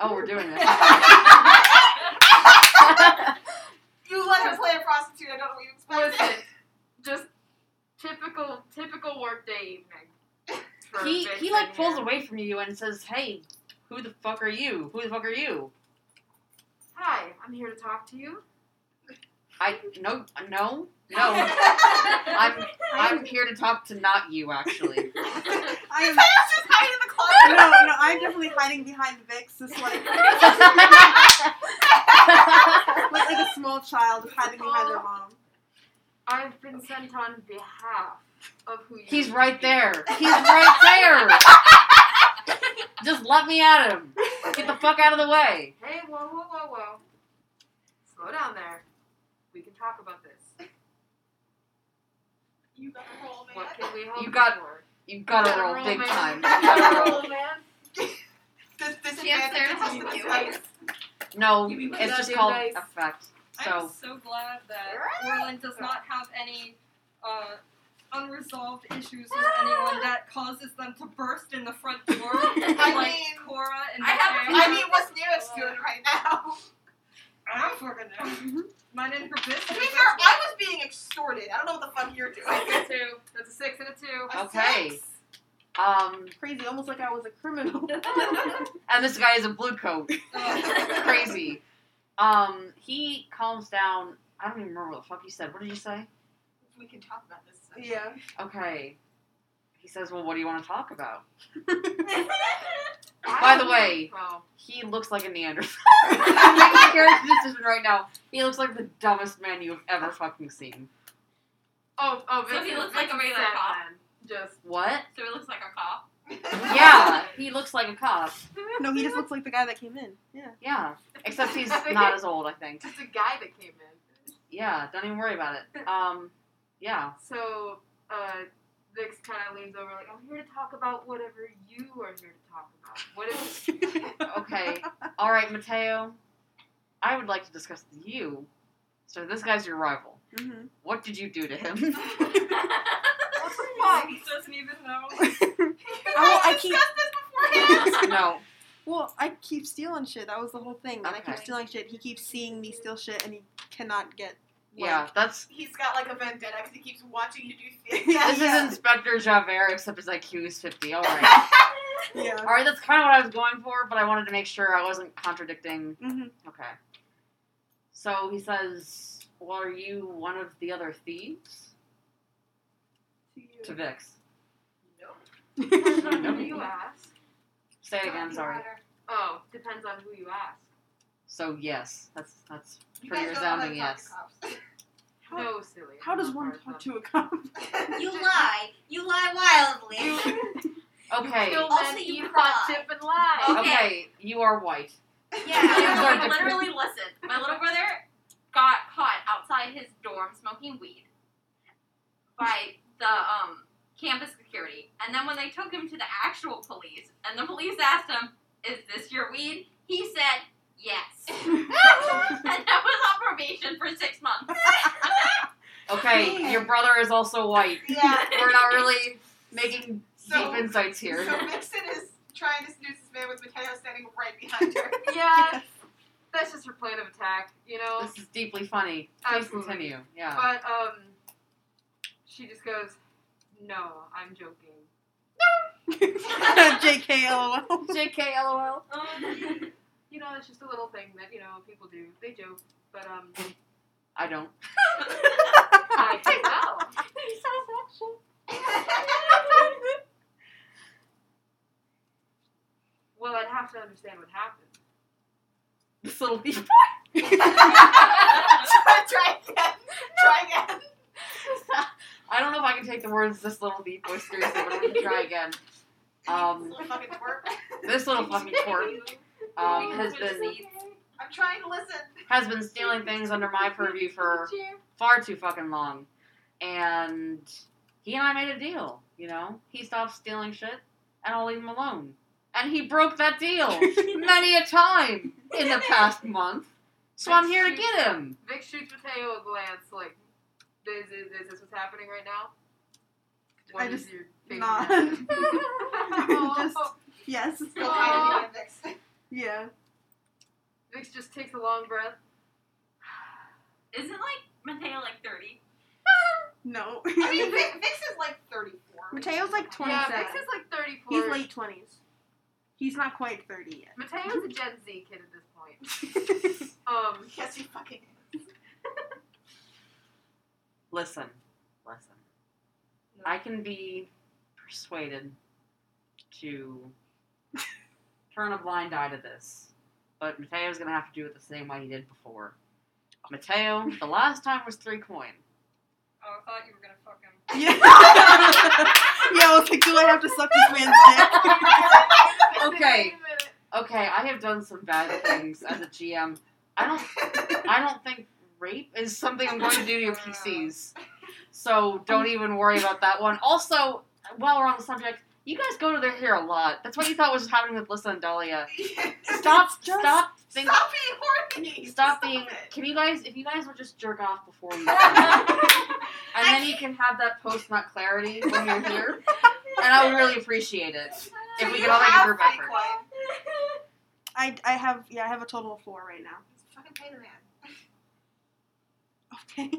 Speaker 1: oh, we're doing this. <laughs>
Speaker 3: You let her play a prostitute, I don't know what you
Speaker 1: <laughs>
Speaker 3: <laughs> expected.
Speaker 7: Listen, just typical, typical workday evening. for
Speaker 1: he
Speaker 7: Vix
Speaker 1: he like
Speaker 7: and
Speaker 1: pulls
Speaker 7: him.
Speaker 1: away from you and says, "Hey, who the fuck are you? Who the fuck are you?"
Speaker 7: Hi, I'm here to talk to you.
Speaker 1: I no no <laughs> no. I'm I'm here to talk to not you actually. <laughs>
Speaker 4: I am.
Speaker 3: Mateo's just hiding in the
Speaker 4: No,
Speaker 3: closet.
Speaker 4: no, I'm definitely hiding behind Vix. It's <laughs> like, like like a small child hiding behind their mom.
Speaker 7: I've been sent on behalf of who you
Speaker 1: He's right there. He's right there. Just let me at him. Get the fuck out of the way.
Speaker 7: Hey, whoa, whoa, whoa, whoa. Slow down there. We can talk about this.
Speaker 3: You better roll, man.
Speaker 7: What can we help
Speaker 1: You got-
Speaker 7: for?
Speaker 1: You gotta roll big
Speaker 7: man.
Speaker 1: time.
Speaker 7: You
Speaker 1: You gotta
Speaker 7: gotta
Speaker 1: roll.
Speaker 7: roll,
Speaker 4: Oh.
Speaker 7: man.
Speaker 3: This, this
Speaker 6: She has
Speaker 3: advantage
Speaker 6: Sarah's
Speaker 3: is
Speaker 6: view.
Speaker 3: nice.
Speaker 1: No,
Speaker 7: You beat
Speaker 1: it's
Speaker 7: that
Speaker 1: just
Speaker 7: dude
Speaker 1: called
Speaker 7: nice.
Speaker 1: effect.
Speaker 5: I'm
Speaker 1: So
Speaker 5: so glad that Orlin does not have any uh, unresolved issues with
Speaker 7: Ah!
Speaker 5: anyone that causes them to burst in the front door.
Speaker 7: <laughs>
Speaker 3: I
Speaker 5: like
Speaker 3: mean-
Speaker 5: Cora and
Speaker 6: I have-
Speaker 5: Mateo.
Speaker 3: I mean, what's Nero's doing right now?
Speaker 5: I don't fucking know. Mine and her business.
Speaker 3: To be fair,
Speaker 5: that's
Speaker 3: I was being extorted. I don't know what the fuck you're doing.
Speaker 7: That's a two. That's a six and a two.
Speaker 3: <laughs> A
Speaker 1: Okay.
Speaker 3: six.
Speaker 1: um
Speaker 4: <laughs> Crazy, almost like I was a <laughs> criminal.
Speaker 1: and this guy is a blue coat. <laughs>
Speaker 6: <laughs>
Speaker 1: Crazy. Um he calms down. I don't even remember what the fuck he said. What did he say?
Speaker 3: We can talk about this.
Speaker 4: yeah.
Speaker 1: Okay. He says, Well, what do you want to talk about? By the way,
Speaker 7: Oh.
Speaker 1: he looks like a Neanderthal. I'm making a character decision right now. He looks like the dumbest man you have ever fucking seen.
Speaker 7: Oh, oh,
Speaker 6: So
Speaker 7: Vince
Speaker 6: he
Speaker 7: is-
Speaker 6: looks like a
Speaker 7: Vince is
Speaker 6: regular
Speaker 7: sad
Speaker 6: cop.
Speaker 7: then. Just
Speaker 1: What?
Speaker 6: so it looks like a
Speaker 1: <laughs>
Speaker 6: cop.
Speaker 1: Yeah,
Speaker 7: <laughs>
Speaker 1: he looks like a cop.
Speaker 4: No, he just looks like the guy that came in. Yeah.
Speaker 1: Yeah,
Speaker 7: <laughs>
Speaker 1: except he's not as old, I think.
Speaker 7: just a guy that came in.
Speaker 1: Yeah, don't even worry about it. Um, yeah.
Speaker 7: So, uh, Vix kind of leans over, like, I'm here to talk about whatever you
Speaker 6: <laughs>
Speaker 7: are here to talk about. What is
Speaker 1: Okay. All right, Mateo. I would like to discuss with you. So this guy's your rival.
Speaker 4: Mhm.
Speaker 1: What did you do to him? <laughs>
Speaker 4: <laughs>
Speaker 8: Why? He doesn't even know.
Speaker 4: Oh, <laughs> I keep
Speaker 1: no.
Speaker 4: well, I keep stealing shit. That was the whole thing. And I keep
Speaker 1: Okay.
Speaker 4: stealing shit. He keeps seeing me steal shit, and he cannot get. like-
Speaker 1: Yeah,
Speaker 3: <laughs>
Speaker 1: that's
Speaker 3: He's got like a vendetta because he keeps
Speaker 1: <laughs>
Speaker 3: watching you do things. <laughs>
Speaker 1: this
Speaker 4: Yeah.
Speaker 1: is Inspector Javert, except his IQ is fifty. All
Speaker 3: <laughs>
Speaker 1: right,
Speaker 4: Yeah.
Speaker 1: all right. That's kind of what I was going for, but I wanted to make sure I wasn't contradicting.
Speaker 4: Mhm.
Speaker 1: Okay. So he says, "Well, are you one of the other thieves?" To Vix.
Speaker 5: Who <laughs> do you ask?
Speaker 1: Say it again. Sorry.
Speaker 5: Oh, depends on who you ask.
Speaker 1: So yes, that's that's
Speaker 3: You
Speaker 1: pretty
Speaker 3: guys don't know how to
Speaker 1: resounding.
Speaker 3: talk
Speaker 1: Yes.
Speaker 3: to cops.
Speaker 4: How-
Speaker 5: no, silly.
Speaker 4: How does one talk to a cop?
Speaker 3: <laughs>
Speaker 6: You lie. You lie <laughs>
Speaker 4: <laughs>
Speaker 6: wildly.
Speaker 1: Okay.
Speaker 5: Kill
Speaker 6: Also,
Speaker 5: men,
Speaker 6: you Oh,
Speaker 5: eat hot
Speaker 6: cry.
Speaker 5: chip and lie.
Speaker 6: Okay.
Speaker 1: Okay. You are white.
Speaker 6: Yeah, like, literally listen. My little brother got caught outside his dorm smoking weed by the um, campus security. And then when they took him to the actual police, and the police asked him, Is this your weed? He said, Yes. <laughs> and that was on probation for six months.
Speaker 1: Okay. Your brother is also white. <laughs>
Speaker 3: Yeah.
Speaker 1: We're
Speaker 6: <laughs>
Speaker 1: not really making
Speaker 3: So-
Speaker 1: deep insights here.
Speaker 3: So Vixen is trying to seduce this man with Mateo standing right behind
Speaker 1: <laughs>
Speaker 3: her. <laughs>
Speaker 5: Yeah, that's just her plan of attack, you know.
Speaker 1: This is deeply funny. Please
Speaker 5: Absolutely.
Speaker 1: continue. Yeah.
Speaker 5: But um, she just goes, "No, I'm joking."
Speaker 4: JKLOL.
Speaker 1: JK LOL.
Speaker 6: Oh,
Speaker 1: <laughs>
Speaker 5: You know, it's just a little thing that you know people do. They joke, but um,
Speaker 4: <laughs>
Speaker 1: I don't. <laughs>
Speaker 5: I can tell. Well, I'd have to understand what happened.
Speaker 1: This little leaf.
Speaker 3: Try again. Try again.
Speaker 1: I don't know if I can take the words this little leaf voice seriously, but I'm gonna try again. Um,
Speaker 3: Little fucking twerp. <laughs>
Speaker 1: this little fucking twerp um, has been
Speaker 3: I'm trying to listen.
Speaker 1: has been stealing things under my purview for far too fucking long, and he and I made a deal. You know, he stopped stealing shit, and I'll leave him alone. And he broke that
Speaker 4: <laughs>
Speaker 1: deal many a time in the past month. So I'm here to get him.
Speaker 5: Vic shoots Mateo a glance like, "Is, is, is this what's happening right now?"
Speaker 4: I
Speaker 5: What is
Speaker 4: just- <laughs>
Speaker 5: your favorite
Speaker 4: Not.
Speaker 5: method?
Speaker 4: Just yes.
Speaker 3: Still hiding behind
Speaker 1: <laughs>
Speaker 3: Vixen.
Speaker 4: Yeah.
Speaker 5: Vix just takes a long breath.
Speaker 6: Isn't like Mateo like 30?
Speaker 1: <laughs>
Speaker 6: <laughs>
Speaker 4: No.
Speaker 3: I mean, Vix, Vix is like 34.
Speaker 4: Mateo's like
Speaker 5: Yeah,
Speaker 4: 27.
Speaker 5: Vix is like 34.
Speaker 4: He's late 20s. He's not quite 30 yet.
Speaker 5: Mateo's a Gen Z kid at this point.
Speaker 4: <laughs>
Speaker 5: Um,
Speaker 3: Yes, he fucking is.
Speaker 1: Listen, listen. I can be persuaded to turn a blind eye to this, but Mateo's gonna have to do it the same way he did before. Mateo, the last time was three coin.
Speaker 8: Oh, I thought you were gonna fuck him.
Speaker 4: <laughs> Yeah. yeah, I was like, do I have to suck this man's dick?
Speaker 1: Okay, okay, I have done some bad things as a GM. I don't, I don't think rape is something I'm going to do to your PCs. So don't even worry about that one. Also, while we're on the subject, you guys go to their hair a lot. That's what you thought was happening with Lissa and Dahlia. Stop,
Speaker 4: just-
Speaker 1: <laughs> stop, think,
Speaker 3: Stop being
Speaker 1: <laughs>
Speaker 3: horny.
Speaker 1: Stop being.
Speaker 3: it.
Speaker 1: Can you guys, if you guys would just jerk off before you, and then you can have that post nut clarity when you're here, and I would really appreciate it
Speaker 3: Do
Speaker 1: if we
Speaker 3: you
Speaker 1: could all make a
Speaker 3: have
Speaker 1: group
Speaker 3: three
Speaker 1: effort.
Speaker 3: coins?
Speaker 6: <laughs>
Speaker 4: I, I have, yeah, I have a total of four right now.
Speaker 3: Fucking pay the man.
Speaker 4: <laughs> Okay.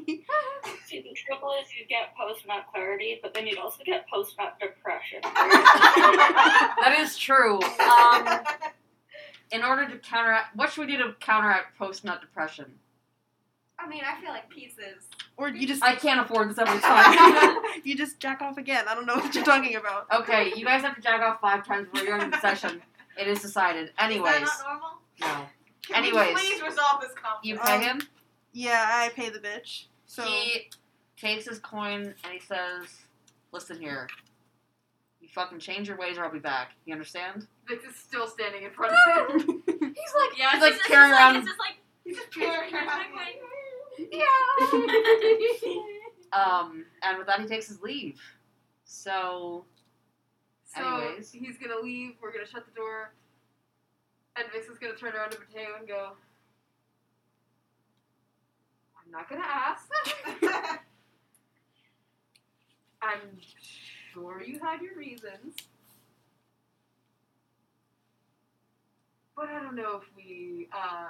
Speaker 2: See, the trouble is you get post nut clarity, but then you'd also get post nut
Speaker 1: <laughs>
Speaker 2: depression.
Speaker 1: That is true. <laughs> Um,
Speaker 3: <laughs>
Speaker 1: in order to counteract, what should we do to counteract post nut depression?
Speaker 6: I mean, I feel like pieces.
Speaker 4: Or you just
Speaker 1: I can't afford this every time. <laughs>
Speaker 4: you just jack off again. I don't know <laughs> what you're talking about.
Speaker 1: okay, you guys have to jack off five times before you're in the session. It is decided.
Speaker 6: Is
Speaker 1: Anyways,
Speaker 6: that not normal?
Speaker 1: no.
Speaker 3: Can we
Speaker 1: Anyways.
Speaker 3: please resolve this conflict?
Speaker 1: You
Speaker 4: Um,
Speaker 1: pay him.
Speaker 4: Yeah, I pay the bitch. <laughs> So
Speaker 1: He takes his coin and he says, "Listen here, you fucking change your ways, or I'll be back. You understand?"
Speaker 5: Vix is still standing in front
Speaker 6: <laughs>
Speaker 5: of him.
Speaker 6: Yeah,
Speaker 1: He's
Speaker 6: it's
Speaker 1: like
Speaker 6: just- it's
Speaker 1: carrying
Speaker 6: just
Speaker 1: around-
Speaker 6: Like, it's just like, <laughs>
Speaker 3: You just peer her out.
Speaker 1: <laughs> Um, and with that, he takes his leave. So
Speaker 5: So
Speaker 1: Anyways.
Speaker 5: he's gonna leave. We're gonna shut the door. And Vix is gonna turn around to Mateo and go, I'm not gonna ask.
Speaker 1: <laughs>
Speaker 5: I'm sure you had your reasons. But I don't know if we uh,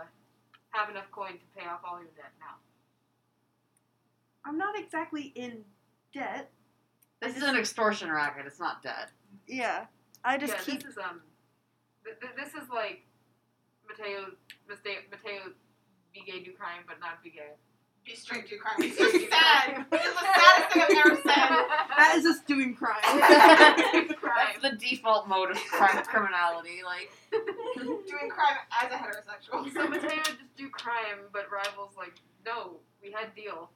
Speaker 5: have enough coin to pay off all your debt now.
Speaker 4: I'm not exactly in debt.
Speaker 1: This is an extortion racket. It's not debt.
Speaker 4: Yeah. I just
Speaker 5: yeah,
Speaker 4: keep
Speaker 5: this is um, th- th- this is like Mateo, Mateo, Mateo, be gay, do crime, but not be
Speaker 4: <laughs>
Speaker 5: gay.
Speaker 3: <laughs> Be straight, do crime. This is sad. This is the saddest thing I've ever
Speaker 1: <laughs>
Speaker 3: said.
Speaker 4: that is just doing crime.
Speaker 1: That's the default mode of crime criminality. Like,
Speaker 3: Doing crime as a heterosexual.
Speaker 1: <laughs>
Speaker 5: so Mateo just do crime, but rivals like no, we had deal.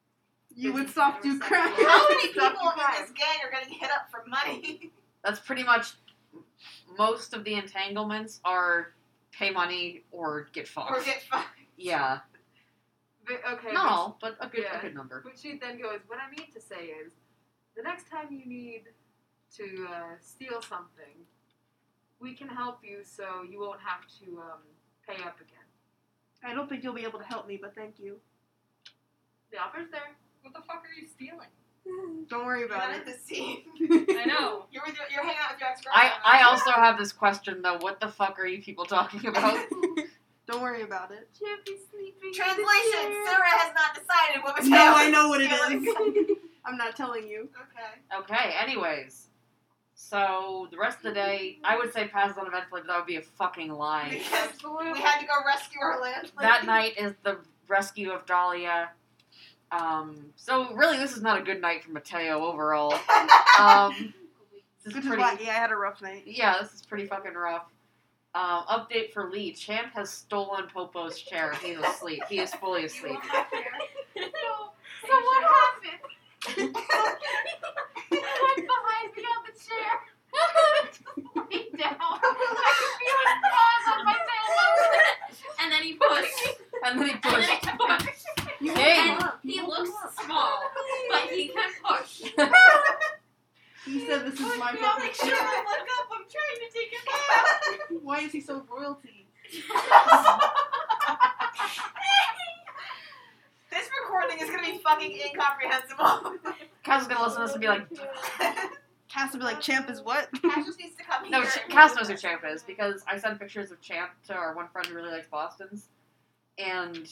Speaker 4: <laughs> you would soft do crime.
Speaker 3: <laughs> How many people
Speaker 5: Stop your
Speaker 3: in
Speaker 5: crime.
Speaker 3: this gang are getting hit up for money? <laughs>
Speaker 1: that's pretty much most of the entanglements are pay money or get fucked.
Speaker 3: or get fucked?
Speaker 1: yeah.
Speaker 5: But, okay.
Speaker 1: Not all, but a good,
Speaker 5: Yeah.
Speaker 1: a good number.
Speaker 5: Which she then goes, What I mean to say is, the next time you need to uh, steal something, we can help you so you won't have to um, pay up again.
Speaker 4: I don't think you'll be able to help me, but thank you.
Speaker 5: The offer's there.
Speaker 9: What the fuck are you
Speaker 4: <laughs>
Speaker 9: stealing?
Speaker 4: Don't worry
Speaker 3: You're
Speaker 4: about
Speaker 3: not
Speaker 4: it.
Speaker 3: at the scene.
Speaker 9: I
Speaker 4: <laughs>
Speaker 9: know.
Speaker 3: You're, with your, you're hanging out with your ex
Speaker 1: I,
Speaker 3: girlfriend.
Speaker 1: I also have this question though. What the fuck are you people <laughs> talking about?
Speaker 4: <laughs> Don't worry about it.
Speaker 5: Jiffy's sleeping.
Speaker 3: Translation
Speaker 6: <laughs>
Speaker 3: Sarah has not decided what was
Speaker 4: No, I know what it
Speaker 3: Taylor's-
Speaker 4: is. <laughs> I'm not telling you.
Speaker 3: Okay.
Speaker 1: okay. Anyways, so the rest of the day, I would say pass on eventfully, but that would be a fucking lie.
Speaker 5: <laughs>
Speaker 3: Because
Speaker 5: Absolutely.
Speaker 3: we had to go rescue our landlady.
Speaker 1: that
Speaker 3: <laughs>
Speaker 1: night is the rescue of Dahlia. Um, so really, this is not a good night for Mateo overall. Um, this is
Speaker 4: Which is
Speaker 1: pretty,
Speaker 4: why, yeah, I had a rough
Speaker 3: <laughs>
Speaker 4: night.
Speaker 1: yeah, this is pretty fucking rough. Um, update for Lee: Champ has stolen Popo's chair. He's asleep. He is fully
Speaker 5: <laughs>
Speaker 1: asleep.
Speaker 6: So
Speaker 3: <laughs>
Speaker 6: what happened? he went behind me on the chair. <laughs> Lay
Speaker 3: <laughs>
Speaker 6: down.
Speaker 3: Oh,
Speaker 6: I could feel his paws on my tail. And then he pushed.
Speaker 1: And then he
Speaker 6: And then
Speaker 1: pushed.
Speaker 6: he pushed.
Speaker 1: Hey,
Speaker 6: And he looks small, but he can push.
Speaker 4: He said this is Oh my
Speaker 6: I'll
Speaker 4: fucking shit.
Speaker 6: I look up. I'm trying to take it
Speaker 3: <laughs>
Speaker 4: Why is he so royalty?
Speaker 3: This recording is gonna be fucking <laughs> incomprehensible.
Speaker 1: <laughs> Cass is gonna listen to this and be like,
Speaker 4: Cass would be like, Champ is <laughs> what?
Speaker 3: Cash just needs to come
Speaker 1: No,
Speaker 3: here.
Speaker 1: Ch- Cass knows who Champ is because I sent pictures of Champ to our one friend who really likes Boston's, and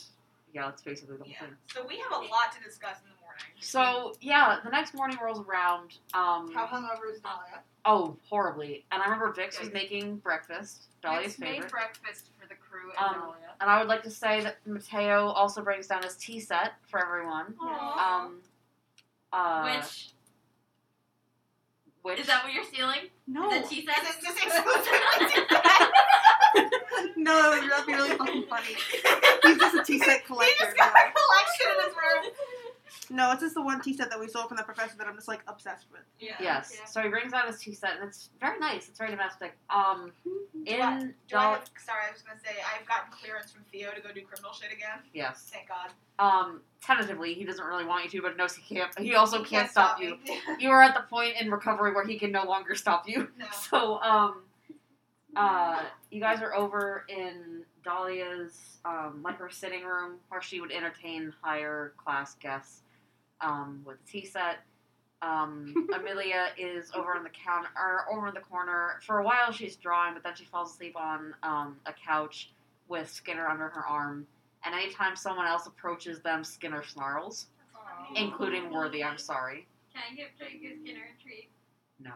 Speaker 1: yeah, that's basically the whole
Speaker 3: Yeah.
Speaker 1: thing.
Speaker 3: So we have a lot to discuss in
Speaker 1: <laughs>
Speaker 3: the morning.
Speaker 1: So yeah, the next morning rolls around. Um,
Speaker 3: How hungover is Dahlia?
Speaker 1: oh, horribly! And I remember Vix was making breakfast, Dolly's
Speaker 5: It's made
Speaker 1: favorite.
Speaker 5: breakfast for the crew and
Speaker 1: Um,
Speaker 5: Dahlia.
Speaker 1: And I would like to say that Mateo also brings down his tea set for everyone. Um, uh,
Speaker 6: Which
Speaker 1: which
Speaker 6: is that what you're stealing?
Speaker 4: No.
Speaker 6: The tea set?
Speaker 3: Is
Speaker 6: <laughs>
Speaker 3: it just <laughs> exclusively <laughs>
Speaker 4: No, that'd be really fucking funny. <laughs> He's just a tea <laughs> set
Speaker 3: He
Speaker 4: collector.
Speaker 3: just got a collection in his <laughs> room.
Speaker 4: No, it's just the one tea set that we stole from the professor that I'm just like obsessed with.
Speaker 9: Yeah.
Speaker 1: Yes.
Speaker 5: Yeah.
Speaker 1: So he brings out his tea set, and it's very nice. It's very domestic. Um, in
Speaker 3: Do I
Speaker 1: Dolly,
Speaker 3: have, sorry, I was gonna say I've gotten clearance from Theo to go do criminal shit again.
Speaker 1: yes.
Speaker 3: Thank God.
Speaker 1: um tentatively he doesn't really want you to but knows he can't he also
Speaker 3: He
Speaker 1: can't, stop, you
Speaker 3: me. <laughs>
Speaker 1: you are at the point in recovery where he can no longer stop you
Speaker 3: no.
Speaker 1: <laughs> so um uh you guys are over in dahlia's um like her sitting room where she would entertain higher class guests um with the tea set um amelia is over on the counter or over in the corner for a while she's drawing but then she falls asleep on um a couch with skinner under her arm and anytime someone else approaches them skinner snarls including worthy i'm sorry
Speaker 6: Can I give Drake his dinner and treat?
Speaker 1: no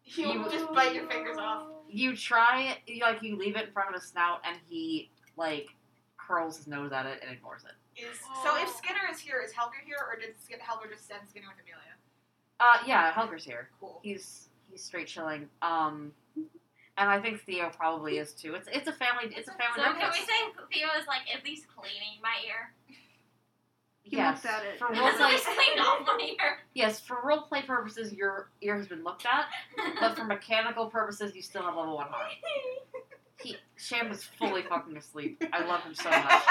Speaker 3: He will just bite your fingers off.
Speaker 1: you try it, you, like you leave it in front of his snout, and he like curls his nose at it and ignores it.
Speaker 3: Is so if Skinner is here, is Helger here, or did Skin- Helger just send Skinner with Amelia?
Speaker 1: Uh, yeah, Helger's here.
Speaker 3: Cool.
Speaker 1: He's he's straight chilling. Um, and I think Theo probably is too. It's it's a family it's a family
Speaker 6: So can we
Speaker 1: breakfast.
Speaker 6: say Theo is like at least cleaning my ear?
Speaker 4: He
Speaker 1: yes,
Speaker 4: looked at it.
Speaker 6: <laughs>
Speaker 1: for
Speaker 6: At
Speaker 1: role play,
Speaker 6: least cleaned off my ear.
Speaker 1: yes, for role play purposes, your ear has been looked at,
Speaker 6: <laughs>
Speaker 1: but for mechanical purposes, you still have level one harm. He, Sham is fully fucking asleep. I love him so much.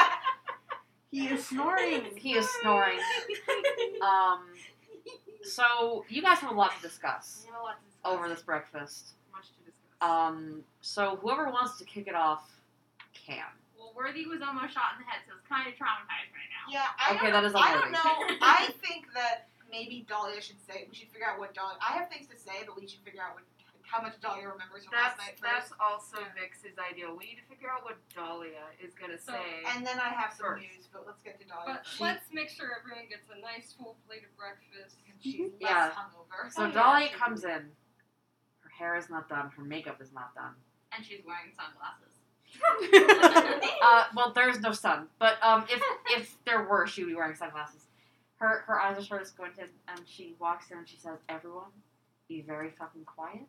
Speaker 4: He is snoring. <laughs>
Speaker 1: He is snoring. Um, so you guys have a lot to discuss
Speaker 5: We have a lot to discuss.
Speaker 1: over this Uh, breakfast.
Speaker 5: Much to discuss.
Speaker 1: Um, so whoever wants to kick it off can.
Speaker 9: Well,
Speaker 6: well, Worthy was almost shot in the head, so it's kind of traumatized right now.
Speaker 3: Yeah, I
Speaker 1: Okay,
Speaker 3: don't,
Speaker 1: that is
Speaker 3: I don't
Speaker 1: unnerving.
Speaker 3: know. I think that maybe Dahlia should say we should figure out what Dahlia. I have things to say, but we should figure out what, how much Dahlia remembers from
Speaker 7: That's
Speaker 3: last night
Speaker 7: that's
Speaker 3: first.
Speaker 7: also
Speaker 5: Yeah.
Speaker 7: Vix's idea. We need to figure out what Dahlia is gonna
Speaker 5: So,
Speaker 7: say.
Speaker 3: And then I have some
Speaker 7: First.
Speaker 3: news, but let's get to Dahlia.
Speaker 5: But
Speaker 3: first.
Speaker 5: let's make sure everyone gets a nice full plate of breakfast.
Speaker 3: And she's less
Speaker 1: Yeah.
Speaker 3: hungover.
Speaker 1: So
Speaker 3: <laughs>
Speaker 7: Oh, yeah,
Speaker 1: Dolly
Speaker 7: she-
Speaker 1: comes in. Her hair is not done. Her makeup is not done.
Speaker 6: And she's wearing <laughs> sunglasses.
Speaker 1: Uh, well, there's no sun, but um, if if there were, she would be wearing sunglasses. Her her eyes are sort of squinted, and she walks in and she says, "Everyone, be very fucking quiet,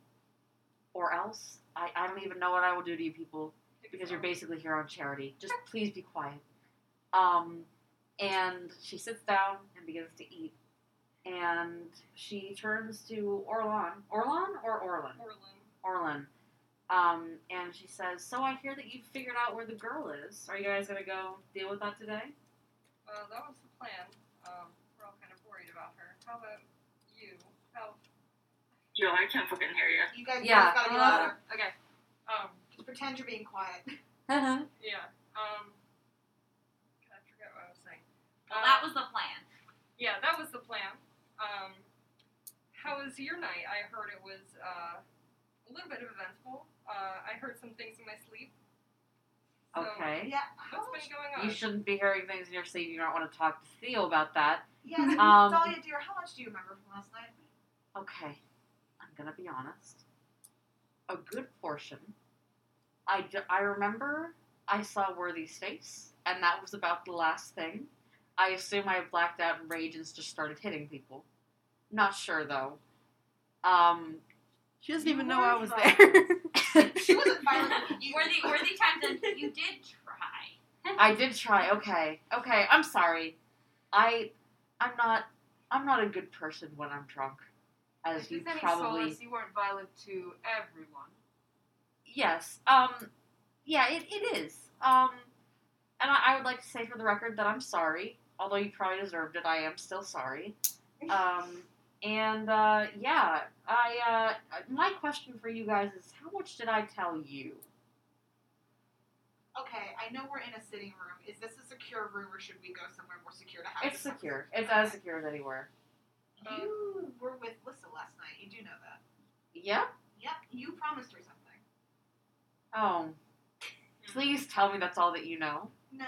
Speaker 1: or else I I don't even know what I will do to you people because you're basically here on charity. Just please be quiet." Um, and she sits down and begins to eat, and she turns to Orlan, Orlan or Orlan,
Speaker 5: Orlin.
Speaker 1: Orlin. Um, and she says, So I hear that you've figured out where the girl is. Are you guys going to go deal with that today?
Speaker 5: Uh, that was the plan. Um, we're all kind of worried about her. How about you? How?
Speaker 2: Yo, I can't fucking hear you.
Speaker 3: You guys
Speaker 1: Yeah. uh,
Speaker 3: both gotta be louder.
Speaker 5: Okay. Um.
Speaker 3: Just pretend you're being quiet.
Speaker 1: Uh-huh.
Speaker 5: Yeah. Um. I forget what I was saying.
Speaker 6: Well,
Speaker 5: Uh,
Speaker 6: that was the plan.
Speaker 5: Yeah, that was the plan. Um, how was your night? I heard it was uh, a little bit eventful. Uh, I heard some things in my sleep. So,
Speaker 1: Okay.
Speaker 3: Yeah.
Speaker 5: What's been going on?
Speaker 1: You shouldn't be hearing things in your sleep. You don't want to talk to Theo about that.
Speaker 3: Yeah. then,
Speaker 1: Um,
Speaker 3: Dahlia, dear, how much do you remember from last
Speaker 1: <laughs>
Speaker 3: night?
Speaker 1: Okay. I'm going to be honest. A good portion. I, d- I remember I saw Worthy's face, and that was about the last thing. I assume I blacked out in rage and just started hitting people. Not sure, though. Um,
Speaker 4: She doesn't
Speaker 7: You
Speaker 4: even know
Speaker 7: were
Speaker 4: I was
Speaker 7: violent.
Speaker 4: there.
Speaker 3: She wasn't violent with you.
Speaker 6: Worthy, Worthy chimes in. You did <laughs> try.
Speaker 7: <laughs>
Speaker 1: I did try. Okay. Okay. I'm sorry. I I'm not I'm not a good person when I'm drunk. As
Speaker 7: if
Speaker 1: you
Speaker 7: there's any
Speaker 1: probably
Speaker 7: solace, you weren't violent to everyone.
Speaker 1: Yes. Um yeah, it, it is. Um and I, I would like to say for the record that I'm sorry. Although you probably deserved it, I am still sorry. Um and uh yeah, I uh my question for you guys is how much did I tell you?
Speaker 3: Okay, I know we're in a sitting room. Is this a secure room, or should we go somewhere more secure to have
Speaker 1: It's
Speaker 3: this conversation?
Speaker 1: secure. It's as secure as anywhere.
Speaker 3: You were with Lissa last night. You do know that.
Speaker 1: Yep.
Speaker 3: Yep. You promised her something.
Speaker 1: Oh. Please tell me that's all that you know.
Speaker 3: No,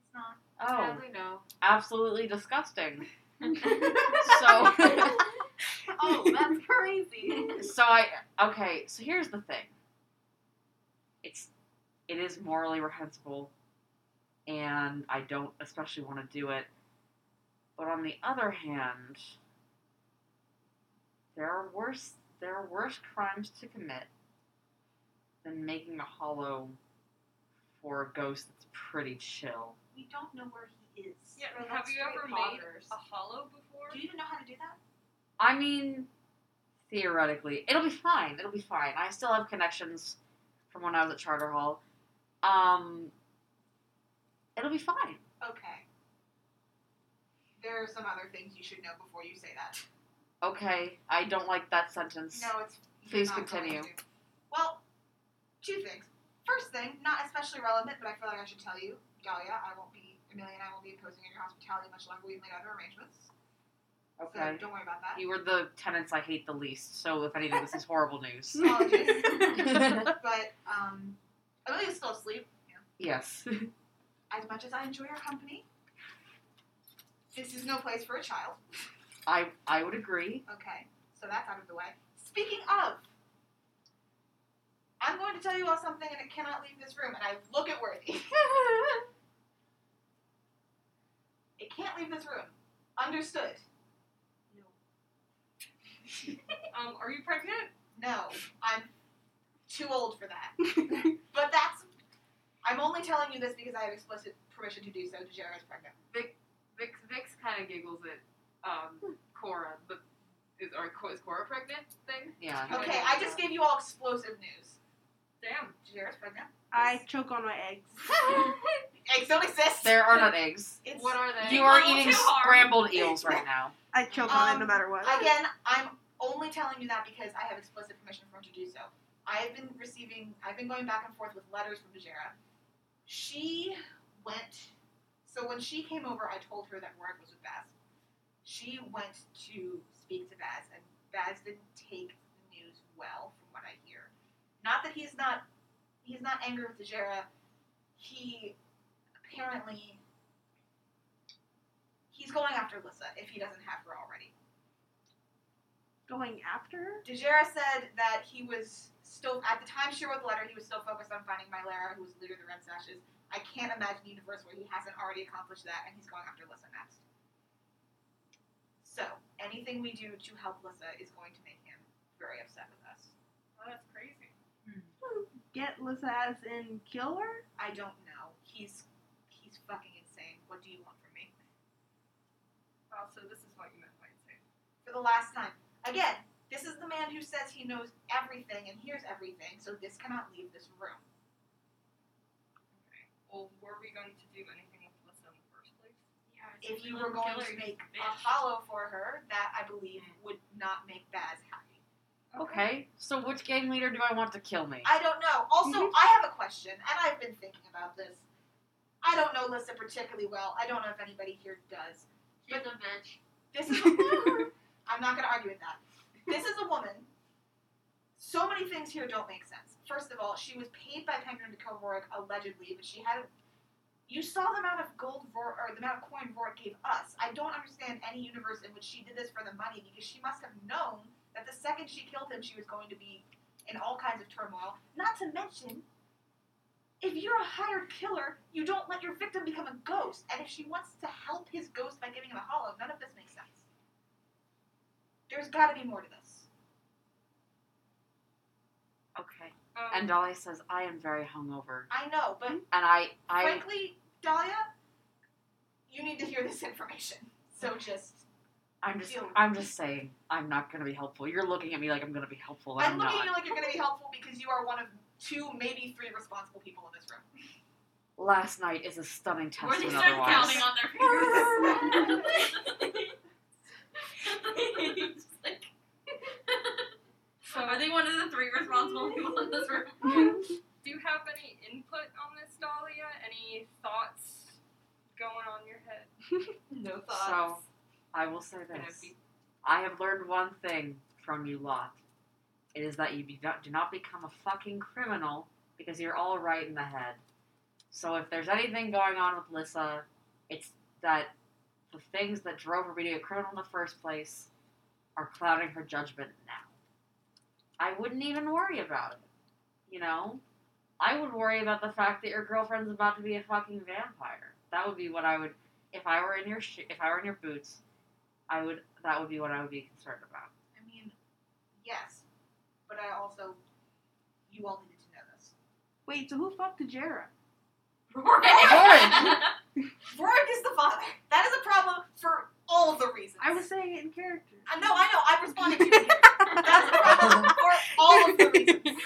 Speaker 3: it's not.
Speaker 1: Oh.
Speaker 7: Sadly, no.
Speaker 1: absolutely disgusting. so <laughs>
Speaker 6: Oh, that's crazy.
Speaker 1: so I okay, so here's the thing. It's it is morally reprehensible and I don't especially want to do it. But on the other hand, there are worse there are worse crimes to commit than making a hollow for a ghost that's pretty chill.
Speaker 3: We don't know where he is.
Speaker 5: Yeah,
Speaker 3: We're
Speaker 5: have
Speaker 3: like
Speaker 5: you
Speaker 3: straight
Speaker 5: ever made
Speaker 3: poggers.
Speaker 5: a hollow before?
Speaker 3: Do you even know how to do that?
Speaker 1: I mean, theoretically, it'll be fine. It'll be fine. I still have connections from when I was at Charter Hall. Um, it'll be fine.
Speaker 3: Okay. There are some other things you should know before you say that.
Speaker 1: Okay, I don't like that sentence.
Speaker 3: No, it's. you're
Speaker 1: Please
Speaker 3: not going
Speaker 1: continue.
Speaker 3: to. Well, two things. First thing, not especially relevant, but I feel like I should tell you, Dahlia, I won't be, Amelia and I won't be imposing on your hospitality much longer. We've made other arrangements.
Speaker 1: Okay.
Speaker 3: So don't worry about
Speaker 1: <laughs>
Speaker 3: that.
Speaker 1: You were the tenants I hate the least, so if anything,
Speaker 5: <laughs>
Speaker 1: this is horrible news.
Speaker 3: Apologies.
Speaker 1: <laughs>
Speaker 3: but, um, Amelia's still asleep. You know,
Speaker 1: yes.
Speaker 3: as much as I enjoy your company, this is no place for a child.
Speaker 1: I I would agree.
Speaker 3: Okay, so that's out of the way. Speaking of, I'm going to tell you all something and it cannot leave this room, and I look at Worthy. <laughs> it can't leave this room. Understood.
Speaker 5: Um, are you pregnant?
Speaker 3: No, I'm too old
Speaker 5: <laughs>
Speaker 3: for that. but that's. I'm only telling you this because I have explicit permission to do so. Jara is pregnant.
Speaker 7: Vix Vix kind of giggles at um, Cora, but is, or, is Cora pregnant thing?
Speaker 1: Yeah.
Speaker 5: Oh,
Speaker 3: Okay, I just gave you all explosive news.
Speaker 5: Damn.
Speaker 3: Jara's pregnant.
Speaker 4: <laughs> I choke on my eggs.
Speaker 3: Eggs don't exist.
Speaker 1: There are not eggs.
Speaker 3: It's-
Speaker 7: What are they?
Speaker 1: You are
Speaker 5: Well,
Speaker 1: eating
Speaker 5: too hard.
Speaker 1: scrambled eels
Speaker 5: <laughs>
Speaker 1: right now.
Speaker 4: I choke on it no
Speaker 3: Um,
Speaker 4: matter what.
Speaker 3: Again, I'm only telling you that because I have explicit permission for him to do so. I have been receiving, I've been going back and forth with letters from Bajera. She went. So when she came over, I told her that Warwick was with Baz. She went to speak to Baz, and Baz didn't take the news well, from what I hear. Not that he's not he's not angry with Dejera. He apparently he's going after Lissa if he doesn't have her already.
Speaker 4: Going after her?
Speaker 3: Dejera said that he was still at the time she wrote the letter, he was still focused on finding Mylera, who was the leader of the Red Sashes. I can't imagine a universe where he hasn't already accomplished that, and he's going after Lissa next. So anything we do to help Lissa is going to make him very upset with us.
Speaker 5: Well, Oh, that's crazy.
Speaker 4: Get Lissa as in kill her?
Speaker 3: I don't know. He's he's fucking insane. What do you want from me?
Speaker 5: Wow, Oh, so this is what you meant by insane.
Speaker 3: For the last time. Again, this is the man who says he knows everything and hears everything, so this cannot leave this room.
Speaker 5: Okay. Well, were we going to do anything with Lissa in the first place?
Speaker 3: If you were going to make a hollow for her, that I believe would not make Baz happy.
Speaker 1: Okay, so which gang leader do I want to kill me?
Speaker 3: I don't know. Also, I have a question, and I've been thinking about this. I don't know Lissa particularly well. I don't know if anybody here does.
Speaker 6: She's a bitch.
Speaker 3: This is. I'm not going to argue with that. This is a woman. So many things here don't make sense. First of all, she was paid by Penguin to kill Rorik allegedly, but she had. You saw the amount of gold Rorik, or the amount of coin Rorik gave us. I don't understand any universe in which she did this for the money because she must have known that the second she killed him, she was going to be in all kinds of turmoil. Not to mention, if you're a hired killer, you don't let your victim become a ghost. And if she wants to help his ghost by giving him a hollow, none of this makes sense. There's got to be more to this.
Speaker 1: Okay.
Speaker 5: Um,
Speaker 1: And Dolly says, I am very hungover.
Speaker 3: I know, but
Speaker 1: And Hmm. I, I,
Speaker 3: frankly, Dahlia, you need to hear this information. So just.
Speaker 1: I'm just, I'm just saying, I'm not gonna be helpful. You're looking at me like I'm gonna be helpful, and
Speaker 3: I'm
Speaker 1: I'm
Speaker 3: looking
Speaker 1: not.
Speaker 3: at you like you're going to be helpful because you are one of two, maybe three responsible people in this room.
Speaker 1: Last night is a stunning
Speaker 6: Where
Speaker 1: testament.
Speaker 6: they start
Speaker 1: Otherwise,
Speaker 6: counting on their fingers. <laughs> Just like-
Speaker 5: so,
Speaker 6: Are they one of the three responsible people in this <laughs> room?
Speaker 5: do you have any input on this, Dahlia? Any thoughts going on your head?
Speaker 6: no
Speaker 1: so I will say this: I have learned one thing from you lot. It is that you be not, do not become a fucking criminal because you're all right in the head. So if there's anything going on with Lissa, it's that the things that drove her being a criminal in the first place are clouding her judgment now. I wouldn't even worry about it. You know? I would worry about the fact that your girlfriend's about to be a fucking vampire. That would be what I would if I were in your sh- if I were in your boots, I would that would be what I would be concerned about.
Speaker 3: I mean, yes, but I also, you all needed to know this.
Speaker 4: Wait, so who fucked Jera?
Speaker 6: <laughs>
Speaker 3: Rorik is the father. That is a problem for all the reasons.
Speaker 4: I was saying it in character.
Speaker 3: I know, Uh, I know. I'm responding to you. here. That's a problem for all of the reasons.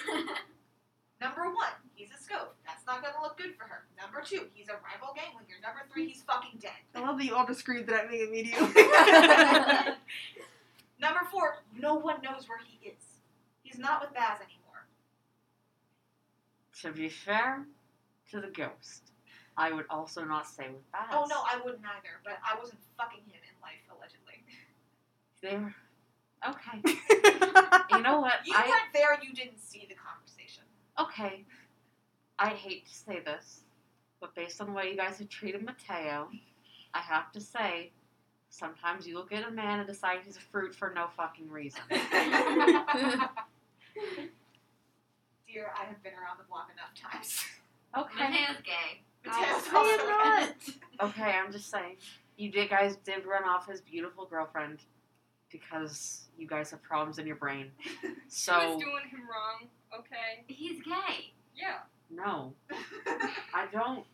Speaker 3: Number one, he's a scope. That's not going to look good for her. Number two, he's a rival gang leader. Number three, he's fucking dead.
Speaker 4: I love that you all just screamed that at me immediately. <laughs>
Speaker 3: Number four, no one knows where he is. He's not with Baz anymore.
Speaker 1: To be fair to the ghost, I would also not stay with Baz.
Speaker 3: Oh no, I wouldn't either, but I wasn't fucking him in life, allegedly.
Speaker 1: They were
Speaker 3: <laughs>
Speaker 1: okay. you know what?
Speaker 3: You
Speaker 1: I
Speaker 3: went there, you didn't see the conversation.
Speaker 1: okay. I hate to say this, but based on the way you guys have treated Mateo, I have to say, sometimes you look at a man and decide he's a fruit for no fucking
Speaker 3: <laughs>
Speaker 1: reason.
Speaker 3: Dear, I have been around the block enough times. <laughs>
Speaker 1: Okay.
Speaker 6: Mateo's gay.
Speaker 3: Yes,
Speaker 4: I am
Speaker 3: also-
Speaker 4: not.
Speaker 1: Okay, I'm just saying. You did, guys did run off his beautiful girlfriend because you guys have problems in your brain.
Speaker 5: She
Speaker 1: So,
Speaker 5: was doing him wrong, okay?
Speaker 6: He's gay.
Speaker 5: Yeah.
Speaker 1: no. I don't.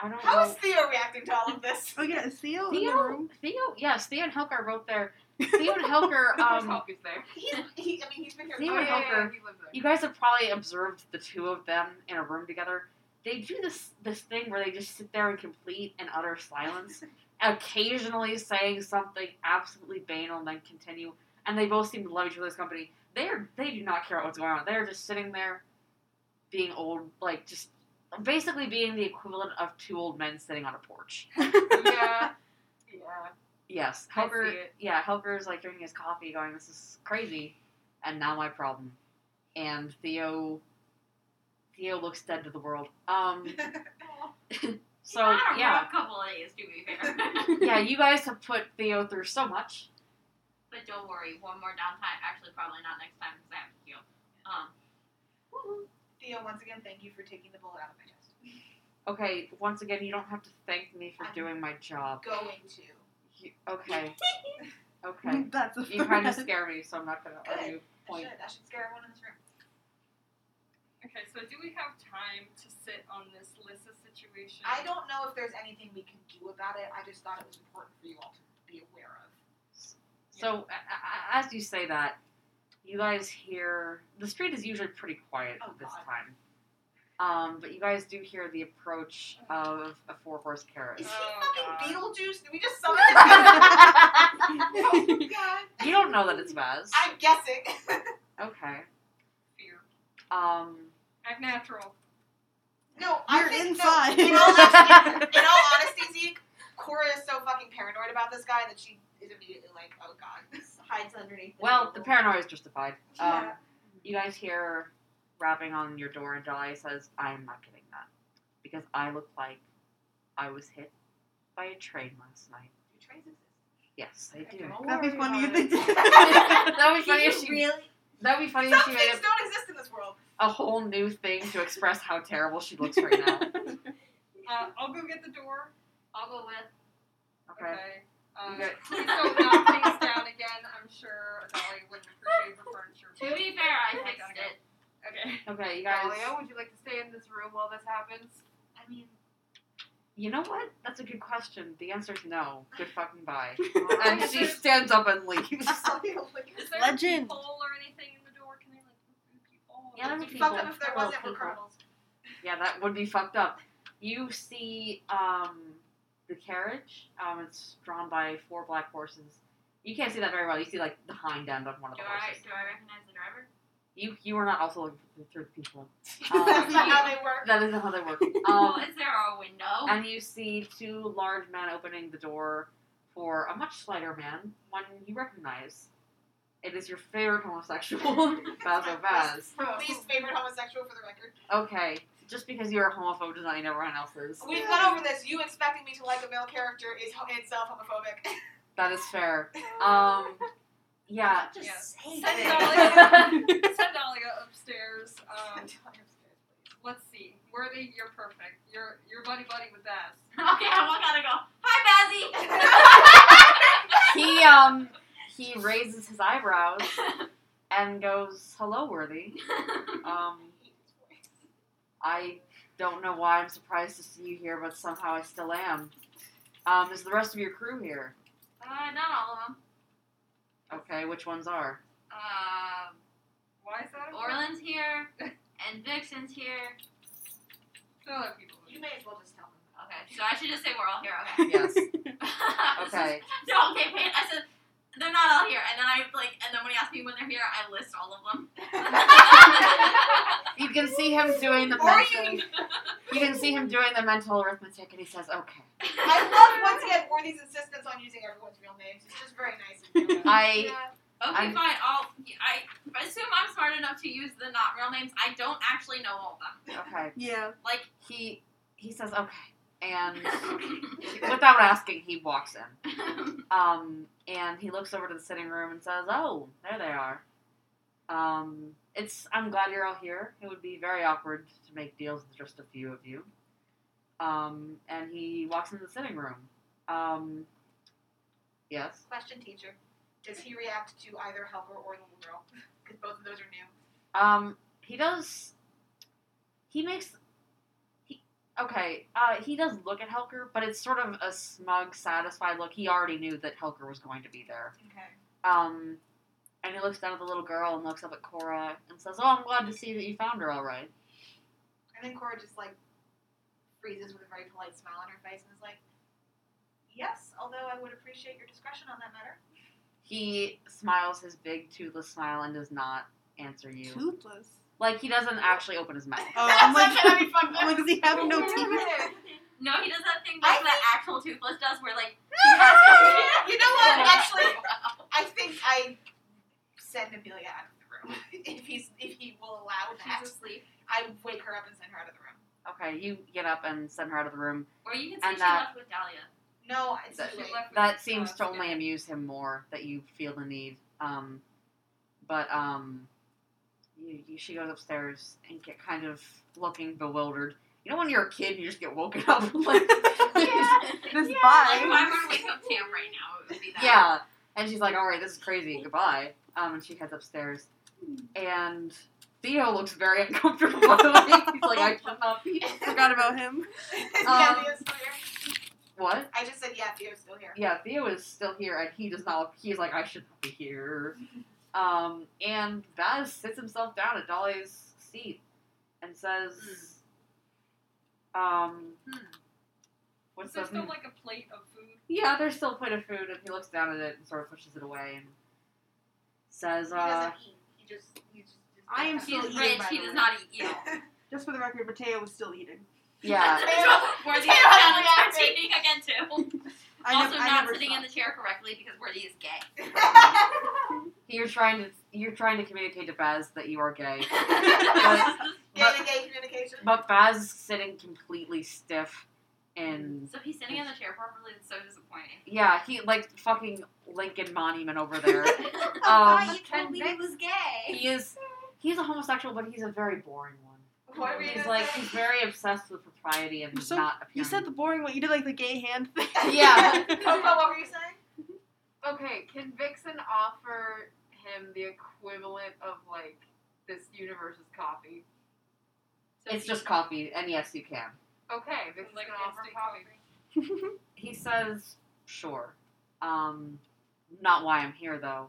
Speaker 1: I don't
Speaker 3: How
Speaker 1: know.
Speaker 3: is Theo reacting to all of this?
Speaker 4: Oh yeah, Theo in the
Speaker 1: Theo,
Speaker 4: room.
Speaker 1: Theo, yes, Theo and Helker wrote their. Theo and Helker, um,
Speaker 10: Help is there.
Speaker 3: <laughs> He's, he, I mean, he's been here.
Speaker 1: Theo
Speaker 10: Oh,
Speaker 1: and
Speaker 10: yeah, yeah, yeah,
Speaker 1: Helker,
Speaker 10: he lives there.
Speaker 1: you guys have probably observed the two of them in a room together. They do this this thing where they just sit there in complete and utter silence, occasionally saying something absolutely banal and then continue. And they both seem to love each other's company. They are they do not care about what's going on. They are just sitting there, being old, like just basically being the equivalent of two old men sitting on a porch.
Speaker 11: yeah. Yeah.
Speaker 1: Yes,
Speaker 11: I
Speaker 1: Helger.
Speaker 11: see it.
Speaker 1: Yeah, Helger's like drinking his coffee, going, "This is crazy," and now my problem. And Theo, Theo looks dead to the world. Um. So
Speaker 6: Not a
Speaker 1: yeah,
Speaker 6: rough couple of days, to be fair.
Speaker 1: yeah, you guys have put Theo through so much.
Speaker 6: but don't worry, one more downtime. Actually, probably not next time because I have to heal. Um,
Speaker 3: Theo, once again, thank you for taking the bullet out of my chest.
Speaker 1: Okay, once again, you don't have to thank me for doing my job.
Speaker 3: Going to.
Speaker 1: You- okay. Okay.
Speaker 4: That's a
Speaker 1: You kind of scare me, so I'm not gonna
Speaker 3: Good.
Speaker 1: argue.
Speaker 3: That
Speaker 1: Point.
Speaker 3: should, that should scare everyone in this room.
Speaker 5: Okay, so do we have time to sit on this Lissa situation?
Speaker 3: I don't know if there's anything we can do about it. I just thought it was important for you all to be aware of.
Speaker 1: So a- a- as you say that, you guys hear the street is usually pretty quiet
Speaker 3: Oh,
Speaker 1: at this
Speaker 3: God.
Speaker 1: time. Um, but you guys do hear the approach of a four horse carriage.
Speaker 3: Is he
Speaker 5: Oh,
Speaker 3: fucking
Speaker 5: God.
Speaker 3: Beetlejuice? Did we <laughs> just summon him? oh,
Speaker 1: <laughs> you
Speaker 3: God.
Speaker 1: don't know that it's Vaz.
Speaker 3: I'm guessing.
Speaker 1: Okay.
Speaker 5: Fear.
Speaker 1: Um,
Speaker 5: Act natural.
Speaker 3: <laughs> no, I
Speaker 4: You're
Speaker 3: think
Speaker 4: inside.
Speaker 3: No, in, all honesty, in all <laughs> honesty, Zeke, Cora is so fucking paranoid about this guy that she is immediately like, oh God, hides underneath. The
Speaker 1: well, the
Speaker 3: table.
Speaker 1: paranoia is justified. Um,
Speaker 3: Yeah.
Speaker 1: You guys hear rapping on your door, and Dahlia says, I'm not getting that. Because I look like I was hit by a train last night.
Speaker 11: Do trains exist?
Speaker 1: Yes, I do.
Speaker 11: Don't
Speaker 4: That'd be
Speaker 11: worry
Speaker 4: funny
Speaker 11: about
Speaker 4: if they
Speaker 11: it. <laughs>
Speaker 1: <laughs>
Speaker 4: did.
Speaker 1: that would be
Speaker 6: <laughs>
Speaker 1: funny if she That would be funny if she
Speaker 3: Some
Speaker 1: made
Speaker 3: things
Speaker 1: up
Speaker 3: don't exist in this world.
Speaker 1: a whole new thing to express how terrible she looks right now.
Speaker 5: Uh, I'll go get the door.
Speaker 6: I'll go with.
Speaker 1: Okay.
Speaker 5: Um,
Speaker 1: Good.
Speaker 5: <laughs> please don't knock things down again. I'm sure Dolly wouldn't appreciate the furniture.
Speaker 6: To be fair, I
Speaker 5: Okay,
Speaker 6: fixed
Speaker 5: gotta go.
Speaker 6: it.
Speaker 5: Okay.
Speaker 11: <laughs>
Speaker 1: Okay, you guys.
Speaker 11: Dahlia, oh, would you like to stay in this room while this happens?
Speaker 6: I mean,
Speaker 1: You know what? That's a good question. The answer's no. Good fucking bye.
Speaker 11: Alright.
Speaker 1: And she stands up and leaves.
Speaker 5: Is there
Speaker 4: Legend.
Speaker 5: a peephole or anything in the door? Can they like look through the peephole?
Speaker 1: Yeah, there's a
Speaker 3: Fuck
Speaker 1: people.
Speaker 3: up if there
Speaker 1: Hello,
Speaker 3: wasn't, we're
Speaker 1: people.
Speaker 3: criminals.
Speaker 1: Yeah, that would be fucked up. You see um, the carriage. Um, it's drawn by four black horses. You can't see that very well. You see like the hind end of one of
Speaker 6: do
Speaker 1: the
Speaker 6: I
Speaker 1: horses.
Speaker 6: do I recognize the driver?
Speaker 1: You you are not also looking through the people.
Speaker 3: That's not
Speaker 1: Um,
Speaker 3: how they work.
Speaker 1: that isn't how they work.
Speaker 6: Oh,
Speaker 1: <laughs> Um,
Speaker 6: <laughs> is there a
Speaker 3: Oh.
Speaker 6: window?
Speaker 1: and you see two large men opening the door for a much slighter man, one you recognize. It is your favorite homosexual,
Speaker 3: <laughs>
Speaker 1: Basil Vaz.
Speaker 3: Least favorite homosexual for the record.
Speaker 1: Okay, just because you're a homophobe does not mean everyone else is.
Speaker 3: We've gone over this. You expecting me to like a male character is ho- in itself homophobic.
Speaker 1: That is
Speaker 3: <laughs>
Speaker 1: fair. Um, yeah.
Speaker 5: Just
Speaker 3: say
Speaker 5: Send
Speaker 3: it.
Speaker 5: Dahlia, send Dahlia upstairs. Um, let's see. Worthy, you're perfect. You're you're buddy buddy with us.
Speaker 6: <laughs> okay, I walk out and go.
Speaker 1: <laughs>
Speaker 6: Hi,
Speaker 1: <laughs> he um he raises his eyebrows and goes, "Hello, worthy."
Speaker 6: Bazzy.
Speaker 1: Um, I don't know why I'm surprised to see you here, but somehow I still am. Um, is the rest of your crew here?
Speaker 6: <laughs> uh, not all of them.
Speaker 1: Okay, which ones are?
Speaker 6: Um.
Speaker 5: Why is that? important?
Speaker 6: Orland's here, and Vixen's here.
Speaker 5: Still have people.
Speaker 3: You may as well just tell them.
Speaker 6: Okay, so I should just say we're all here. Okay. <laughs>
Speaker 1: Yes.
Speaker 6: This is-
Speaker 1: Okay.
Speaker 6: <laughs> no, okay, wait. I said they're not all here, and then I like, and then when he asked me when they're here, I list all
Speaker 1: <laughs>
Speaker 6: of <laughs> them.
Speaker 1: You can see him doing the
Speaker 3: Or you
Speaker 1: <laughs> mental. You can see him doing the mental arithmetic, and he says, "Okay."
Speaker 3: <laughs> I love once again Worthy's insistence on using everyone's real names. It's just very nice. of you.
Speaker 1: I
Speaker 6: Okay,
Speaker 1: I'm-
Speaker 6: fine. I'll. I assume I'm smart enough to use the not real names. I don't actually know all of
Speaker 1: okay.
Speaker 4: <laughs> yeah.
Speaker 6: Like- <laughs>
Speaker 1: he he says, "Okay," and
Speaker 6: them.
Speaker 1: without asking, he walks in. Um, and he looks over to the sitting room and says, "Oh, there they are." Um, it's I'm glad you're all here. It would be very awkward to make deals with just a few of you. Um, and he walks into the sitting room. Um, yes.
Speaker 3: <laughs> Question teacher. Does he react to either Helper or the little girl? Because both of those are new.
Speaker 1: Um, he does. He makes. He okay. Uh, he does look at Helker, but it's sort of a smug, satisfied look. He already knew that Helker was going to be there.
Speaker 3: Okay.
Speaker 1: Um, and he looks down at the little girl and looks up at Cora and says, "Oh, I'm glad to see that you found her all right."
Speaker 3: And then Cora just like freezes with a very polite smile on her face and is like, "Yes, although I would appreciate your discretion on that matter."
Speaker 1: He smiles his big toothless smile and does not answer you.
Speaker 4: Toothless.
Speaker 1: Like he doesn't actually open his mouth.
Speaker 4: Oh, <laughs> I'm like,
Speaker 7: That's gonna be fun.
Speaker 4: what does he have? No
Speaker 6: <laughs>
Speaker 4: teeth.
Speaker 6: No, he does that thing
Speaker 3: I
Speaker 6: like that actual toothless does, where like
Speaker 3: you know what? Actually, I think I send Amelia out of the room <laughs> if he's if he will allow that.
Speaker 6: she's asleep,
Speaker 3: I wake her up and send her out of the room.
Speaker 1: Okay, you get up and send her out of the room.
Speaker 6: or you can say
Speaker 1: And
Speaker 6: she
Speaker 1: that-
Speaker 6: left with Dahlia.
Speaker 3: No, it's
Speaker 1: That-
Speaker 3: too late.
Speaker 5: left with,
Speaker 1: That seems
Speaker 5: uh,
Speaker 1: to only
Speaker 5: Skip.
Speaker 1: amuse him more that you feel the need. Um, but um, you, you, she goes upstairs and get kind of looking bewildered. You know when you're a kid and you just get woken up like <laughs>
Speaker 6: <laughs>
Speaker 4: This
Speaker 6: Like if I
Speaker 4: vibe.
Speaker 6: were <laughs> to wake up Tam right now, it would be that.
Speaker 1: Yeah. And she's like, all right, this is crazy. Goodbye. Um, and she heads upstairs. And Theo looks very <laughs> uncomfortable. By the way. He's like, I cannot be.
Speaker 4: Forgot about him.
Speaker 3: <laughs> yeah,
Speaker 1: Um,
Speaker 3: Theo's still here.
Speaker 1: What?
Speaker 3: I just said yeah, Theo's still here.
Speaker 1: Yeah, Theo is still here, and he does not look. He's like, I should not be here. Um, and Baz sits himself down at Dolly's seat and says, um,
Speaker 4: Hmm.
Speaker 5: Is
Speaker 1: what's
Speaker 5: there
Speaker 1: the
Speaker 5: still like a plate of food?
Speaker 1: Yeah, there's still quite a food, and he looks down at it and sort of pushes it away and says,
Speaker 3: He
Speaker 1: uh,
Speaker 3: <laughs> doesn't eat. He just he just. just
Speaker 4: I am
Speaker 6: He's
Speaker 4: still eating,
Speaker 6: rich.
Speaker 4: by
Speaker 6: He
Speaker 4: the
Speaker 6: does
Speaker 4: way.
Speaker 6: not eat eel.
Speaker 4: Just for the record, Mateo was still eating.
Speaker 6: <laughs>
Speaker 1: yeah.
Speaker 6: Worthy
Speaker 3: Taylor has
Speaker 6: is
Speaker 3: reacted.
Speaker 6: cheating again too.
Speaker 4: I
Speaker 6: also,
Speaker 4: nev- I
Speaker 6: not
Speaker 4: never
Speaker 6: sitting in
Speaker 4: stopped.
Speaker 6: the chair correctly because Worthy is gay.
Speaker 3: <laughs>
Speaker 1: You're trying to you're trying to communicate to Baz that you are gay,
Speaker 3: yeah, the gay communication.
Speaker 1: but Baz is sitting completely stiff, and
Speaker 6: So he's sitting in the chair properly. It's so disappointing.
Speaker 1: <laughs> yeah, he like fucking Lincoln Monument over there.
Speaker 3: <laughs> I
Speaker 1: Um,
Speaker 3: thought you told me he
Speaker 6: <laughs>
Speaker 3: was gay.
Speaker 1: he is he's a homosexual, but he's a very boring one.
Speaker 3: What were you
Speaker 1: He's
Speaker 3: gonna
Speaker 1: like
Speaker 3: say?
Speaker 1: he's very obsessed with propriety and
Speaker 4: You're so-
Speaker 1: not appearing.
Speaker 4: You said the boring one. You did like the gay hand
Speaker 6: <laughs>
Speaker 4: thing.
Speaker 1: Yeah.
Speaker 3: Coco, what were
Speaker 1: <laughs>
Speaker 3: you saying?
Speaker 7: Okay, can Vixen offer him the equivalent of like this universe's coffee? So
Speaker 1: it's
Speaker 7: he-
Speaker 1: just coffee, and yes, you can.
Speaker 7: okay. Vixen's
Speaker 5: Like
Speaker 7: gonna offer
Speaker 5: instant
Speaker 7: coffee.
Speaker 5: coffee.
Speaker 1: He says, "Sure, um, not why I'm here though,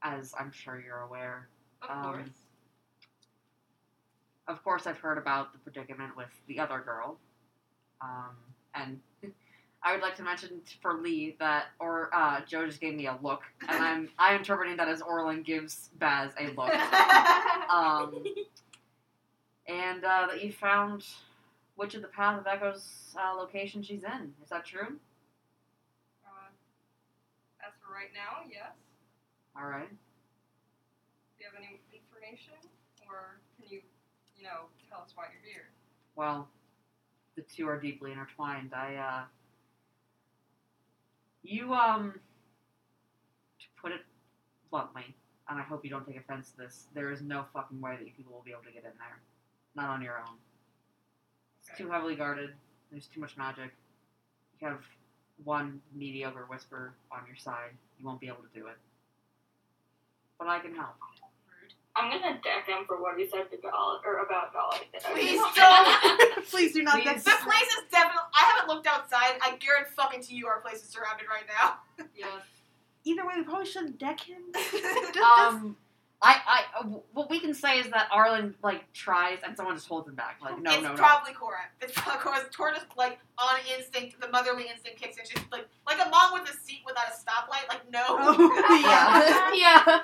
Speaker 1: as I'm sure you're aware."
Speaker 7: Of
Speaker 1: Um,
Speaker 7: course.
Speaker 1: of course, I've heard about the predicament with the other girl. Um, and <laughs> I would like to mention for Lee that, or uh, Joe just gave me a look, and I'm I'm interpreting that as Orlin gives Baz a look. Um, and uh, that you found which of the path of Echo's uh, location she's in. Is that true? Um,
Speaker 5: Uh, as for right now, yes.
Speaker 1: All right.
Speaker 5: Do you have any information, or can you, you know, tell us why you're here?
Speaker 1: Well, the two are deeply intertwined. I, uh, you, um, to put it bluntly, and I hope you don't take offense to this, there is no fucking way that you people will be able to get in there. Not on your own. It's
Speaker 5: Okay.
Speaker 1: too heavily guarded. There's too much magic. You have one mediocre whisper on your side. You won't be able to do it. But I can help.
Speaker 2: I'm gonna deck him for what he said to Dolly or about Dolly. <laughs>
Speaker 3: Please
Speaker 4: <laughs>
Speaker 3: don't.
Speaker 4: <laughs> Please do not
Speaker 1: Please.
Speaker 4: get
Speaker 3: The place is definitely. I haven't looked outside. I guarantee fucking to you, our place is surrounded right now.
Speaker 7: Yes.
Speaker 4: Either way, we probably shouldn't deck him.
Speaker 6: <laughs>
Speaker 3: <laughs>
Speaker 1: Um, I, I, uh, what we can say is that Arlen like tries, and someone just holds him back. Like, no,
Speaker 3: it's
Speaker 1: no, no.
Speaker 3: probably Cora. It's probably Cora's tortoise, like on instinct. The motherly instinct kicks in. She's like, like a mom with a seat without a stoplight. Like, no.
Speaker 4: <laughs> Oh,
Speaker 1: Yeah, yeah,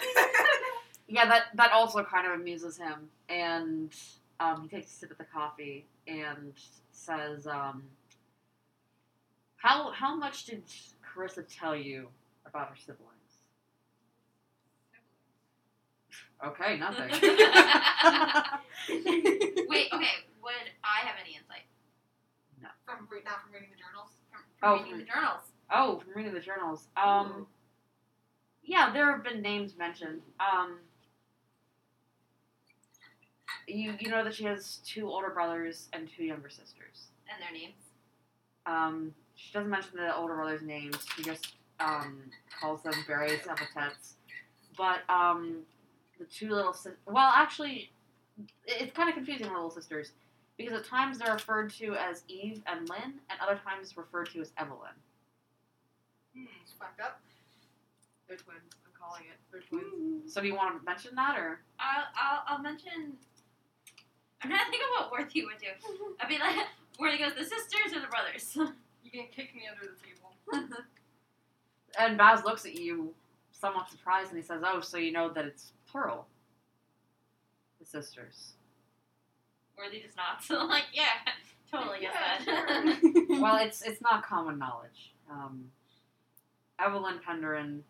Speaker 1: yeah. That that also kind of amuses him, and um, he takes a sip of the coffee and says, um, "How how much did Carissa tell you about her siblings?" <laughs> Okay,
Speaker 6: <laughs>
Speaker 1: nothing.
Speaker 6: Wait. Okay. Would I have any insight
Speaker 3: From re- not from reading the journals.
Speaker 6: from, from
Speaker 1: Oh,
Speaker 6: reading the journals?
Speaker 1: Oh, from reading the journals. Um, yeah, there have been names mentioned. Um, you you know that she has two older brothers and two younger sisters.
Speaker 6: and their names.
Speaker 1: Um, she doesn't mention the older brothers' names. She just um, calls them various epithets. But um, the two little sisters. Well, actually, it- it's kind of confusing with little sisters because at times they're referred to as Eve and Lynn, and other times referred to as Evelyn.
Speaker 5: Hmm.
Speaker 3: It's fucked up.
Speaker 7: They're twins. I'm calling it. They're
Speaker 5: Hmm.
Speaker 7: twins.
Speaker 1: So do you want to mention that or?
Speaker 6: I'll, I'll, I'll mention. I'm trying to think of what Worthy would do. I'd be like, <laughs> Worthy goes, the sisters or the brothers? <laughs>
Speaker 5: You can kick me under the table.
Speaker 1: And Baz looks at you somewhat surprised and he says, Oh, so you know that it's plural. The sisters.
Speaker 6: Worthy does not. <laughs> So like, yeah, totally get
Speaker 7: Yeah,
Speaker 6: that.
Speaker 1: well, it's it's not common knowledge. Um, Evelyn Penderin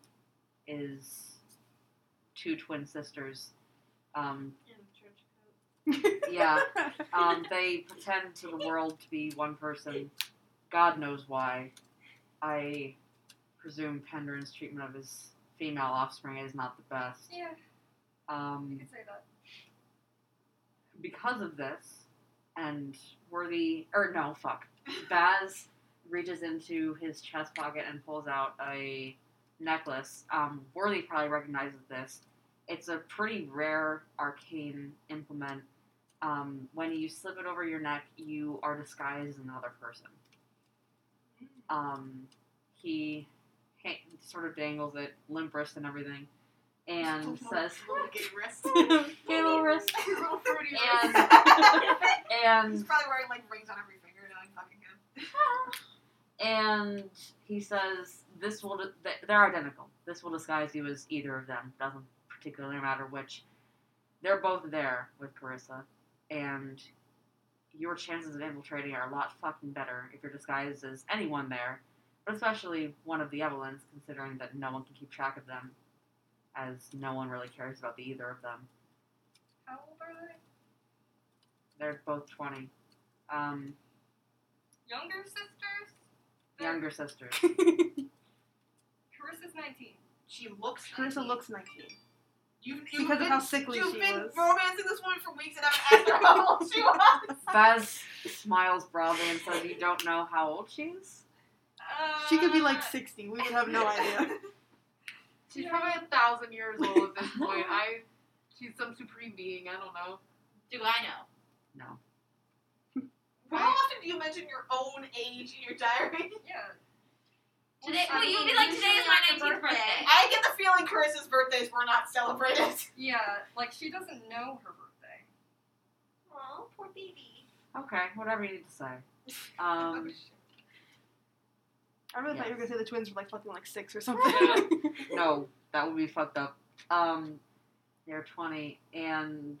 Speaker 1: is two twin sisters. Um, yeah, um, they pretend to the world to be one person. God knows why. I presume Penderin's treatment of his female offspring is not the best.
Speaker 5: Yeah, you
Speaker 1: Um,
Speaker 5: could say that.
Speaker 1: because of this, and Worthy, or no, fuck, Baz reaches into his chest pocket and pulls out a necklace. Um, Worthy probably recognizes this. It's a pretty rare arcane implement. Um, when you slip it over your neck, you are disguised as another person.
Speaker 7: Hmm.
Speaker 1: Um, he ha- sort of dangles it, limp wrist and everything, <laughs> and says, <laughs>
Speaker 3: Little gay
Speaker 4: <laughs>
Speaker 3: wrist.
Speaker 1: "Hey, little wrist."
Speaker 3: Little
Speaker 6: <laughs>
Speaker 3: fruity
Speaker 1: And-
Speaker 3: wrist.
Speaker 1: And
Speaker 3: He's probably wearing like rings on every finger knowing fucking
Speaker 1: <laughs>
Speaker 3: him.
Speaker 1: and he says this will th- they're identical this will disguise you as either of them doesn't particularly matter which they're both there with carissa and your chances of infiltrating are a lot fucking better if you're disguised as anyone there but especially one of the evelyns considering that no one can keep track of them as no one really cares about the either of them
Speaker 5: How old are they?
Speaker 1: they're both 20 um,
Speaker 5: Younger sisters? They're-
Speaker 1: younger sisters
Speaker 5: Carissa's 19.
Speaker 3: She looks.
Speaker 4: <laughs> Carissa
Speaker 3: 19.
Speaker 4: looks 19.
Speaker 3: You've, you've
Speaker 4: because of
Speaker 3: been,
Speaker 4: how sickly
Speaker 3: you've
Speaker 4: she
Speaker 3: been
Speaker 4: was.
Speaker 3: romancing this woman for weeks and I haven't asked
Speaker 4: <laughs>
Speaker 3: her how old she was.
Speaker 1: Baz smiles broadly and says, "You don't know how old she is."
Speaker 5: Uh,
Speaker 4: She could be like 60. We would have
Speaker 6: <laughs>
Speaker 4: no idea.
Speaker 7: She's probably a thousand years old at this point. I, she's some supreme being. I don't know.
Speaker 6: Do I know?
Speaker 1: No.
Speaker 3: How often do you mention your own age in your diary?
Speaker 5: Yeah.
Speaker 6: Today,
Speaker 7: I
Speaker 6: well, you
Speaker 7: mean,
Speaker 6: would be like, today is my
Speaker 7: usually on
Speaker 6: 19th
Speaker 7: your
Speaker 6: birthday.
Speaker 3: I get the feeling Carissa's birthdays were not
Speaker 4: <laughs>
Speaker 3: celebrated.
Speaker 5: Yeah, like she doesn't know her birthday.
Speaker 6: Oh, poor baby.
Speaker 1: Okay, whatever you need to say.
Speaker 5: Oh,
Speaker 1: Um,
Speaker 4: I really thought you were
Speaker 1: Yes.
Speaker 4: going to say the twins were like fucking like six or something.
Speaker 12: <laughs>
Speaker 4: <laughs>
Speaker 1: no, that would be fucked up. Um, they're twenty, and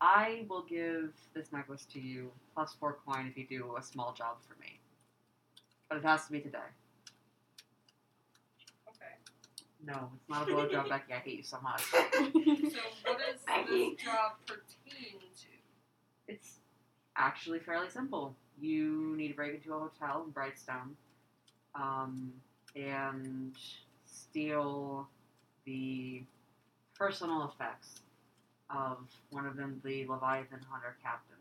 Speaker 1: I will give this necklace to you plus four coin if you do a small job for me. But it has to be today.
Speaker 5: Okay.
Speaker 1: No, it's not
Speaker 7: <laughs>
Speaker 1: a blowjob, Becky. I hate you so much.
Speaker 5: So
Speaker 1: <laughs>
Speaker 5: what does this job pertain to?
Speaker 1: It's actually fairly simple. You need to break into a hotel in Brightstone um, and steal the personal effects of one of them, the Leviathan Hunter captains.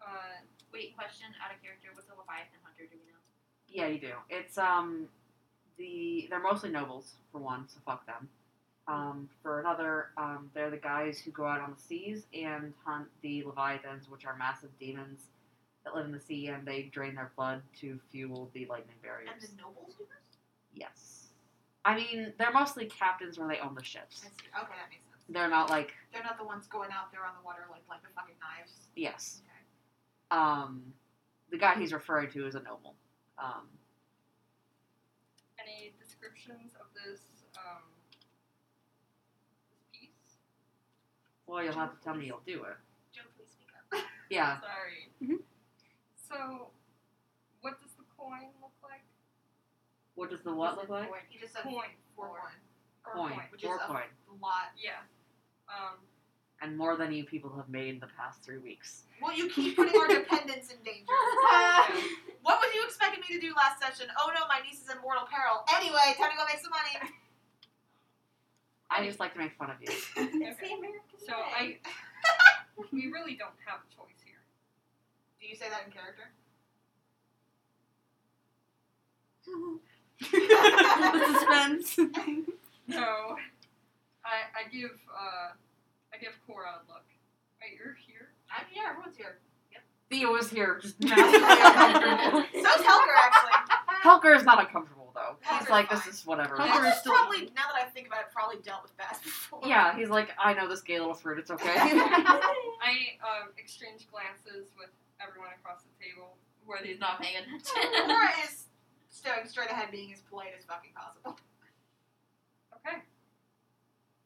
Speaker 5: Uh,
Speaker 6: Wait, question out of character. What's a Leviathan Hunter? Do we know?
Speaker 1: Yeah, you do. It's um, the they're mostly nobles for one, so fuck them. Um, for another, um, they're the guys who go out on the seas and hunt the leviathans, which are massive demons that live in the sea, and they drain their blood to fuel the lightning barriers.
Speaker 3: And the nobles do this?
Speaker 1: yes, I mean they're mostly captains when they own the ships.
Speaker 3: I see. Okay, that makes sense.
Speaker 1: They're not like
Speaker 3: They're not the ones going out there on the water like like the fucking knives.
Speaker 1: yes.
Speaker 3: Okay.
Speaker 1: Um, the guy he's referring to is a noble. Um,
Speaker 5: any descriptions of this, um, this piece?
Speaker 1: well, you'll have to tell me you'll do it.
Speaker 3: Joe, please speak up. <laughs>
Speaker 1: Yeah,
Speaker 5: Sorry.
Speaker 1: Mhm.
Speaker 5: So, what does the coin look like?
Speaker 1: what does the what look like?
Speaker 3: He just said
Speaker 5: Coin.
Speaker 3: four one.
Speaker 5: Or
Speaker 1: coin,
Speaker 3: which is
Speaker 1: four
Speaker 3: a-
Speaker 1: coin,
Speaker 3: Lot.
Speaker 5: Yeah. Um,
Speaker 1: and more than you people have made in the past three weeks.
Speaker 3: Well, you keep putting our dependents in <laughs> danger. Uh, what was you expecting me to do last session? Oh no, my niece is in mortal peril. Anyway, time to go make some money.
Speaker 1: I just like to make fun of you.
Speaker 5: okay. So I, <laughs> we really don't have a choice here.
Speaker 3: Do you say that in <laughs> character?
Speaker 4: The suspense.
Speaker 5: No. I I give uh I give Cora a look. Wait, you're here?
Speaker 3: I'm here. Everyone's here.
Speaker 1: Theo is here, just massively uncomfortable.
Speaker 3: So's Helker <laughs> actually.
Speaker 1: Helker is not uncomfortable though. He's
Speaker 3: Helker's
Speaker 1: like, this
Speaker 3: fine.
Speaker 1: is whatever.
Speaker 4: Helker-
Speaker 3: Helker's
Speaker 4: is still-
Speaker 3: probably now that I think about it, probably dealt with Bass before.
Speaker 1: <laughs>
Speaker 3: <laughs>
Speaker 1: Yeah, he's like, I know this gay little fruit. It's okay. <laughs>
Speaker 5: I um exchange glances with everyone across the table.
Speaker 6: Worthy's not paying <laughs> attention.
Speaker 3: Laura is staring straight ahead, being as polite as fucking possible.
Speaker 5: Okay.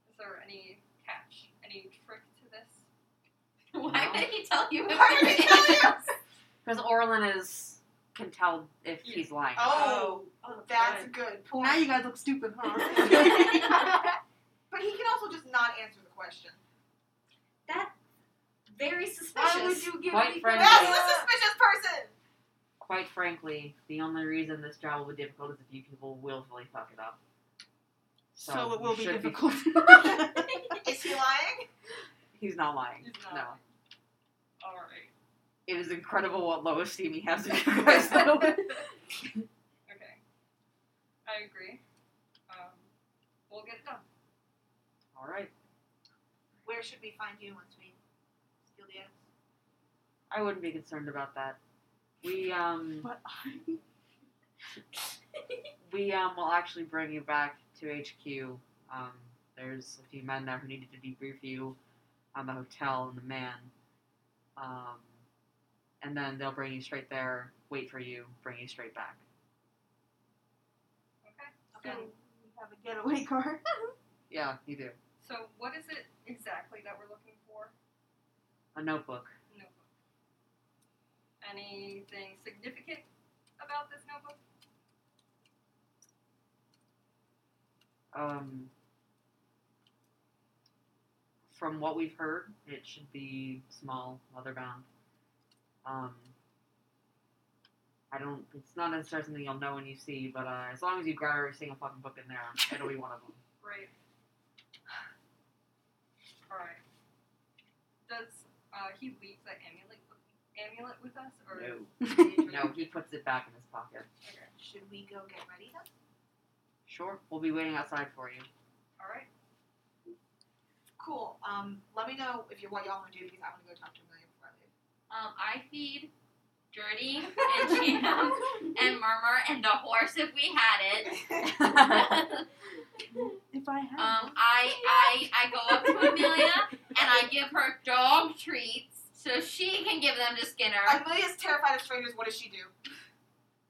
Speaker 5: Is there any catch? Any trick to this?
Speaker 6: Why would he tell you? if
Speaker 3: Why would he tell you?
Speaker 1: Because Orlin is can tell if he's lying.
Speaker 3: Oh,
Speaker 5: Oh,
Speaker 3: that's a good point.
Speaker 4: Now you guys look stupid, huh?
Speaker 1: <laughs>
Speaker 3: but he can also just not answer the question.
Speaker 7: Why
Speaker 6: Very
Speaker 7: would
Speaker 6: suspicious.
Speaker 7: you give
Speaker 1: Quite
Speaker 7: me
Speaker 1: frankly.
Speaker 3: That's the suspicious <laughs> person.
Speaker 1: Quite frankly, the only reason this job will be difficult is if you people willfully fuck it up.
Speaker 4: so,
Speaker 1: So
Speaker 4: it will
Speaker 1: you
Speaker 4: be
Speaker 1: should be-
Speaker 4: difficult.
Speaker 3: Is he lying?
Speaker 1: <laughs> He's not lying.
Speaker 5: He's not.
Speaker 1: No.
Speaker 5: All right.
Speaker 1: It is incredible what low esteem he has of you guys, though.
Speaker 5: Okay. I agree. Um, we'll get it done.
Speaker 1: All right.
Speaker 3: Where should we find you once we steal the eggs?
Speaker 1: I wouldn't be concerned about that. We, um.
Speaker 4: But
Speaker 1: we um will actually bring you back to HQ. Um, there's a few men there who needed to debrief you on the hotel and the man. Um, and then they'll bring you straight there, wait for you, bring you straight back.
Speaker 5: Okay.
Speaker 4: So we have a getaway car.
Speaker 1: Yeah, you do.
Speaker 5: So what is it exactly that we're looking for?
Speaker 1: A notebook.
Speaker 5: Notebook. Anything significant about this notebook?
Speaker 1: Um, from what we've heard, it should be small, leather bound. Um, I don't. It's not necessarily something you'll know when you see, but uh, as long as you grab every single fucking book in there, it'll be one of them.
Speaker 7: <laughs>
Speaker 5: Great. All right. Does uh, he leave the amulet amulet with us, or
Speaker 1: No, he puts it back in his pocket.
Speaker 3: Should we go get ready then?
Speaker 1: Sure, we'll be waiting outside for you.
Speaker 5: All right.
Speaker 3: Cool. Um, let me know if you what y'all want to do because I want to go talk to Amelia before I leave.
Speaker 6: Um, I feed Dirty and Jam and Murmur and the horse if we had
Speaker 3: <laughs>
Speaker 6: it. um,
Speaker 4: If I had.
Speaker 12: Um,
Speaker 6: I, I I go up to Amelia and I give her dog treats so she can give them to Skinner.
Speaker 3: Amelia's terrified of strangers. What does she do?
Speaker 7: <laughs>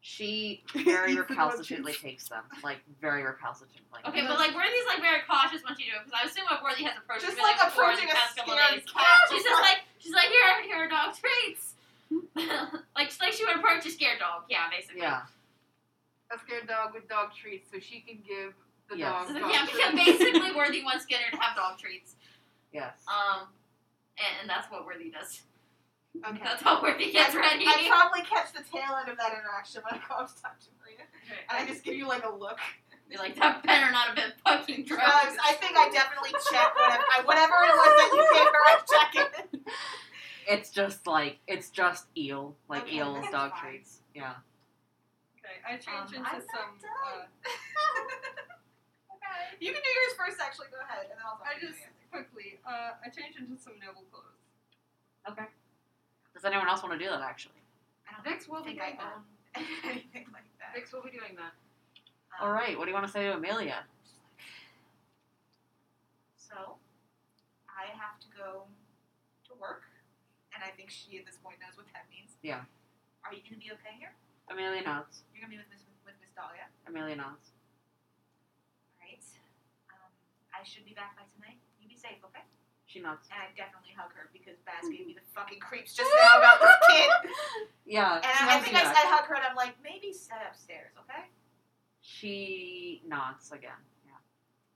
Speaker 1: She very
Speaker 4: Eats the
Speaker 1: recalcitrantly takes
Speaker 4: roaches.
Speaker 1: them, like very recalcitrantly.
Speaker 6: Okay, but like Worthy's like very cautious when she do it because I assume like Worthy has approached
Speaker 3: Just
Speaker 6: Amelia
Speaker 3: like
Speaker 6: before in
Speaker 3: approaching
Speaker 6: the
Speaker 3: a
Speaker 6: past couple days.
Speaker 3: scared cat.
Speaker 6: She's just like she's like here here are dog treats. <laughs> like just like she would approach a scared dog, yeah, basically.
Speaker 1: yeah,
Speaker 7: a scared dog with dog treats so she can give the
Speaker 1: Yes.
Speaker 7: dog
Speaker 6: So,
Speaker 7: dog
Speaker 6: <laughs> yeah, because
Speaker 7: treats?
Speaker 3: <laughs>
Speaker 6: basically Worthy wants Skinner to have dog treats.
Speaker 1: yes.
Speaker 6: Um, and, and that's what Worthy does. <laughs>
Speaker 3: Okay.
Speaker 6: That's how Worthy gets ready.
Speaker 3: I probably catch the tail end of that interaction when I go up to talk to Amelia,
Speaker 5: Okay.
Speaker 3: and I just give you like a look.
Speaker 6: You're like, that better not have been fucking drugs.
Speaker 3: Drugs. I think I definitely check whatever, I- whatever it was that you gave her. I check it.
Speaker 1: It's just like it's just eel, like
Speaker 3: Okay,
Speaker 1: eel
Speaker 3: that's
Speaker 1: dog
Speaker 3: fine.
Speaker 1: treats. Yeah.
Speaker 5: Okay. I
Speaker 7: Um,
Speaker 5: change into
Speaker 7: I'm
Speaker 5: some. Uh, okay.
Speaker 3: <laughs> You can do yours first. Actually, go ahead, and then I'll talk
Speaker 5: I
Speaker 3: to
Speaker 5: just
Speaker 3: Amelia.
Speaker 5: quickly. Uh, I change into some noble clothes.
Speaker 1: Does anyone else want to do that? Actually.
Speaker 3: I don't
Speaker 7: Vix will be
Speaker 3: think
Speaker 7: doing
Speaker 3: I
Speaker 7: that.
Speaker 3: own <laughs> anything like that. Um,
Speaker 7: Vix will be doing that.
Speaker 1: All right. What do you want to say to Amelia?
Speaker 3: So, I have to go to work, and I think she at this point knows what that means.
Speaker 1: Yeah.
Speaker 3: Are you gonna be okay here?
Speaker 1: Amelia nods.
Speaker 3: You're gonna be with Miss with Miss Dahlia,
Speaker 1: Amelia nods.
Speaker 3: all right? Um, I should be back by tonight. You be safe, okay?
Speaker 1: She nods.
Speaker 3: And I definitely hug her because Baz gave me the fucking creeps just now about this kid.
Speaker 1: Yeah. she
Speaker 3: And I, I
Speaker 1: nods
Speaker 3: think
Speaker 1: you
Speaker 3: I,
Speaker 1: back.
Speaker 3: I hug her and I'm like, maybe set upstairs, okay?
Speaker 1: She nods again. Yeah.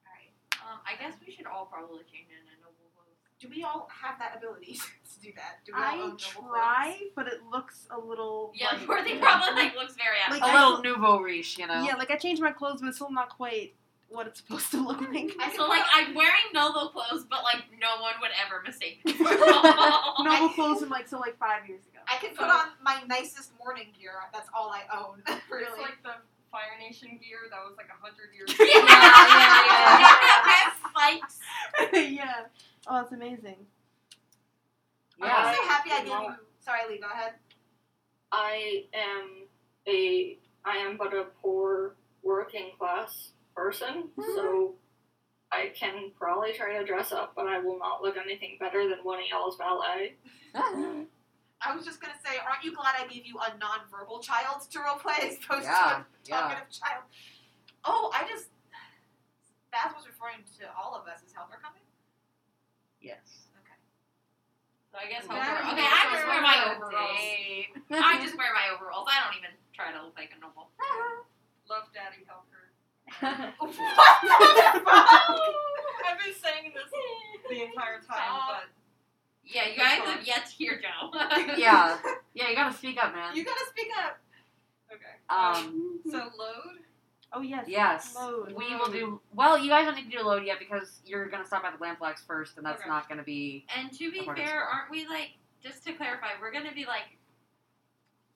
Speaker 3: All right.
Speaker 6: Um, I guess we should all probably change in a noble clothes.
Speaker 3: Do we all have that ability <laughs> to do that? Do we all
Speaker 4: I
Speaker 3: own noble
Speaker 4: try,
Speaker 3: clothes?
Speaker 4: but it looks a little.
Speaker 6: Yeah, <laughs>
Speaker 4: like-
Speaker 6: Worthy probably like looks very out.
Speaker 4: Like,
Speaker 1: A
Speaker 4: I
Speaker 1: little
Speaker 4: feel-
Speaker 1: nouveau riche, you know.
Speaker 4: Yeah, like I changed my clothes, but it's still not quite what it's supposed to look like.
Speaker 3: I
Speaker 6: so
Speaker 3: can
Speaker 6: like
Speaker 3: put-
Speaker 6: I'm wearing noble clothes, but like no one would ever mistake me. <laughs> for
Speaker 4: <laughs>
Speaker 6: noble.
Speaker 4: Normal clothes from like so like five years ago.
Speaker 3: I can put on my nicest morning gear. That's all I own, <laughs>
Speaker 5: It's
Speaker 3: really.
Speaker 5: like the Fire Nation gear that was like a hundred years
Speaker 6: yeah,
Speaker 5: ago.
Speaker 6: yeah, <laughs> yeah. yeah. <laughs> Red spikes.
Speaker 4: <laughs> yeah. Oh, that's amazing.
Speaker 3: I'm
Speaker 1: Yeah.
Speaker 3: so happy I
Speaker 2: Yeah.
Speaker 3: gave you. Sorry, Lee. Go ahead.
Speaker 2: I am a I am but a poor working class person, so I can probably try to dress up, but I will not look anything better than one of y'all's ballet.
Speaker 1: <laughs>
Speaker 3: I was just gonna say, aren't you glad I gave you a non-verbal child to roleplay <laughs> as opposed
Speaker 1: Yeah.
Speaker 3: to a
Speaker 1: Yeah.
Speaker 3: talkative child? Oh, I just. Baz was referring to all of us as helper coming. <laughs>
Speaker 1: Yes.
Speaker 6: So I guess
Speaker 3: That
Speaker 6: overall.
Speaker 3: is
Speaker 6: Okay, I just wear my
Speaker 13: overall.
Speaker 6: overalls. I just wear my overalls. I don't even try to look like a <laughs> normal.
Speaker 13: Love Daddy Help Her.
Speaker 3: What
Speaker 1: <laughs>
Speaker 3: the fuck?
Speaker 13: I've been saying this the entire time,
Speaker 6: Stop.
Speaker 13: but
Speaker 6: yeah, you guys have yet to hear Joe. <laughs>
Speaker 1: <laughs>
Speaker 3: <laughs>
Speaker 1: Yeah. Yeah, you gotta speak up, man.
Speaker 3: You gotta speak up.
Speaker 13: okay.
Speaker 1: Um,
Speaker 13: so load.
Speaker 4: Oh yes. <laughs>
Speaker 1: yes.
Speaker 4: Load.
Speaker 1: We will do. Well, you guys don't need to do load yet because you're gonna stop at the Lamplex first, and that's
Speaker 13: Okay.
Speaker 1: not gonna be.
Speaker 6: And to be
Speaker 1: According to
Speaker 6: fair,
Speaker 1: law.
Speaker 6: aren't we like just to clarify, we're gonna be like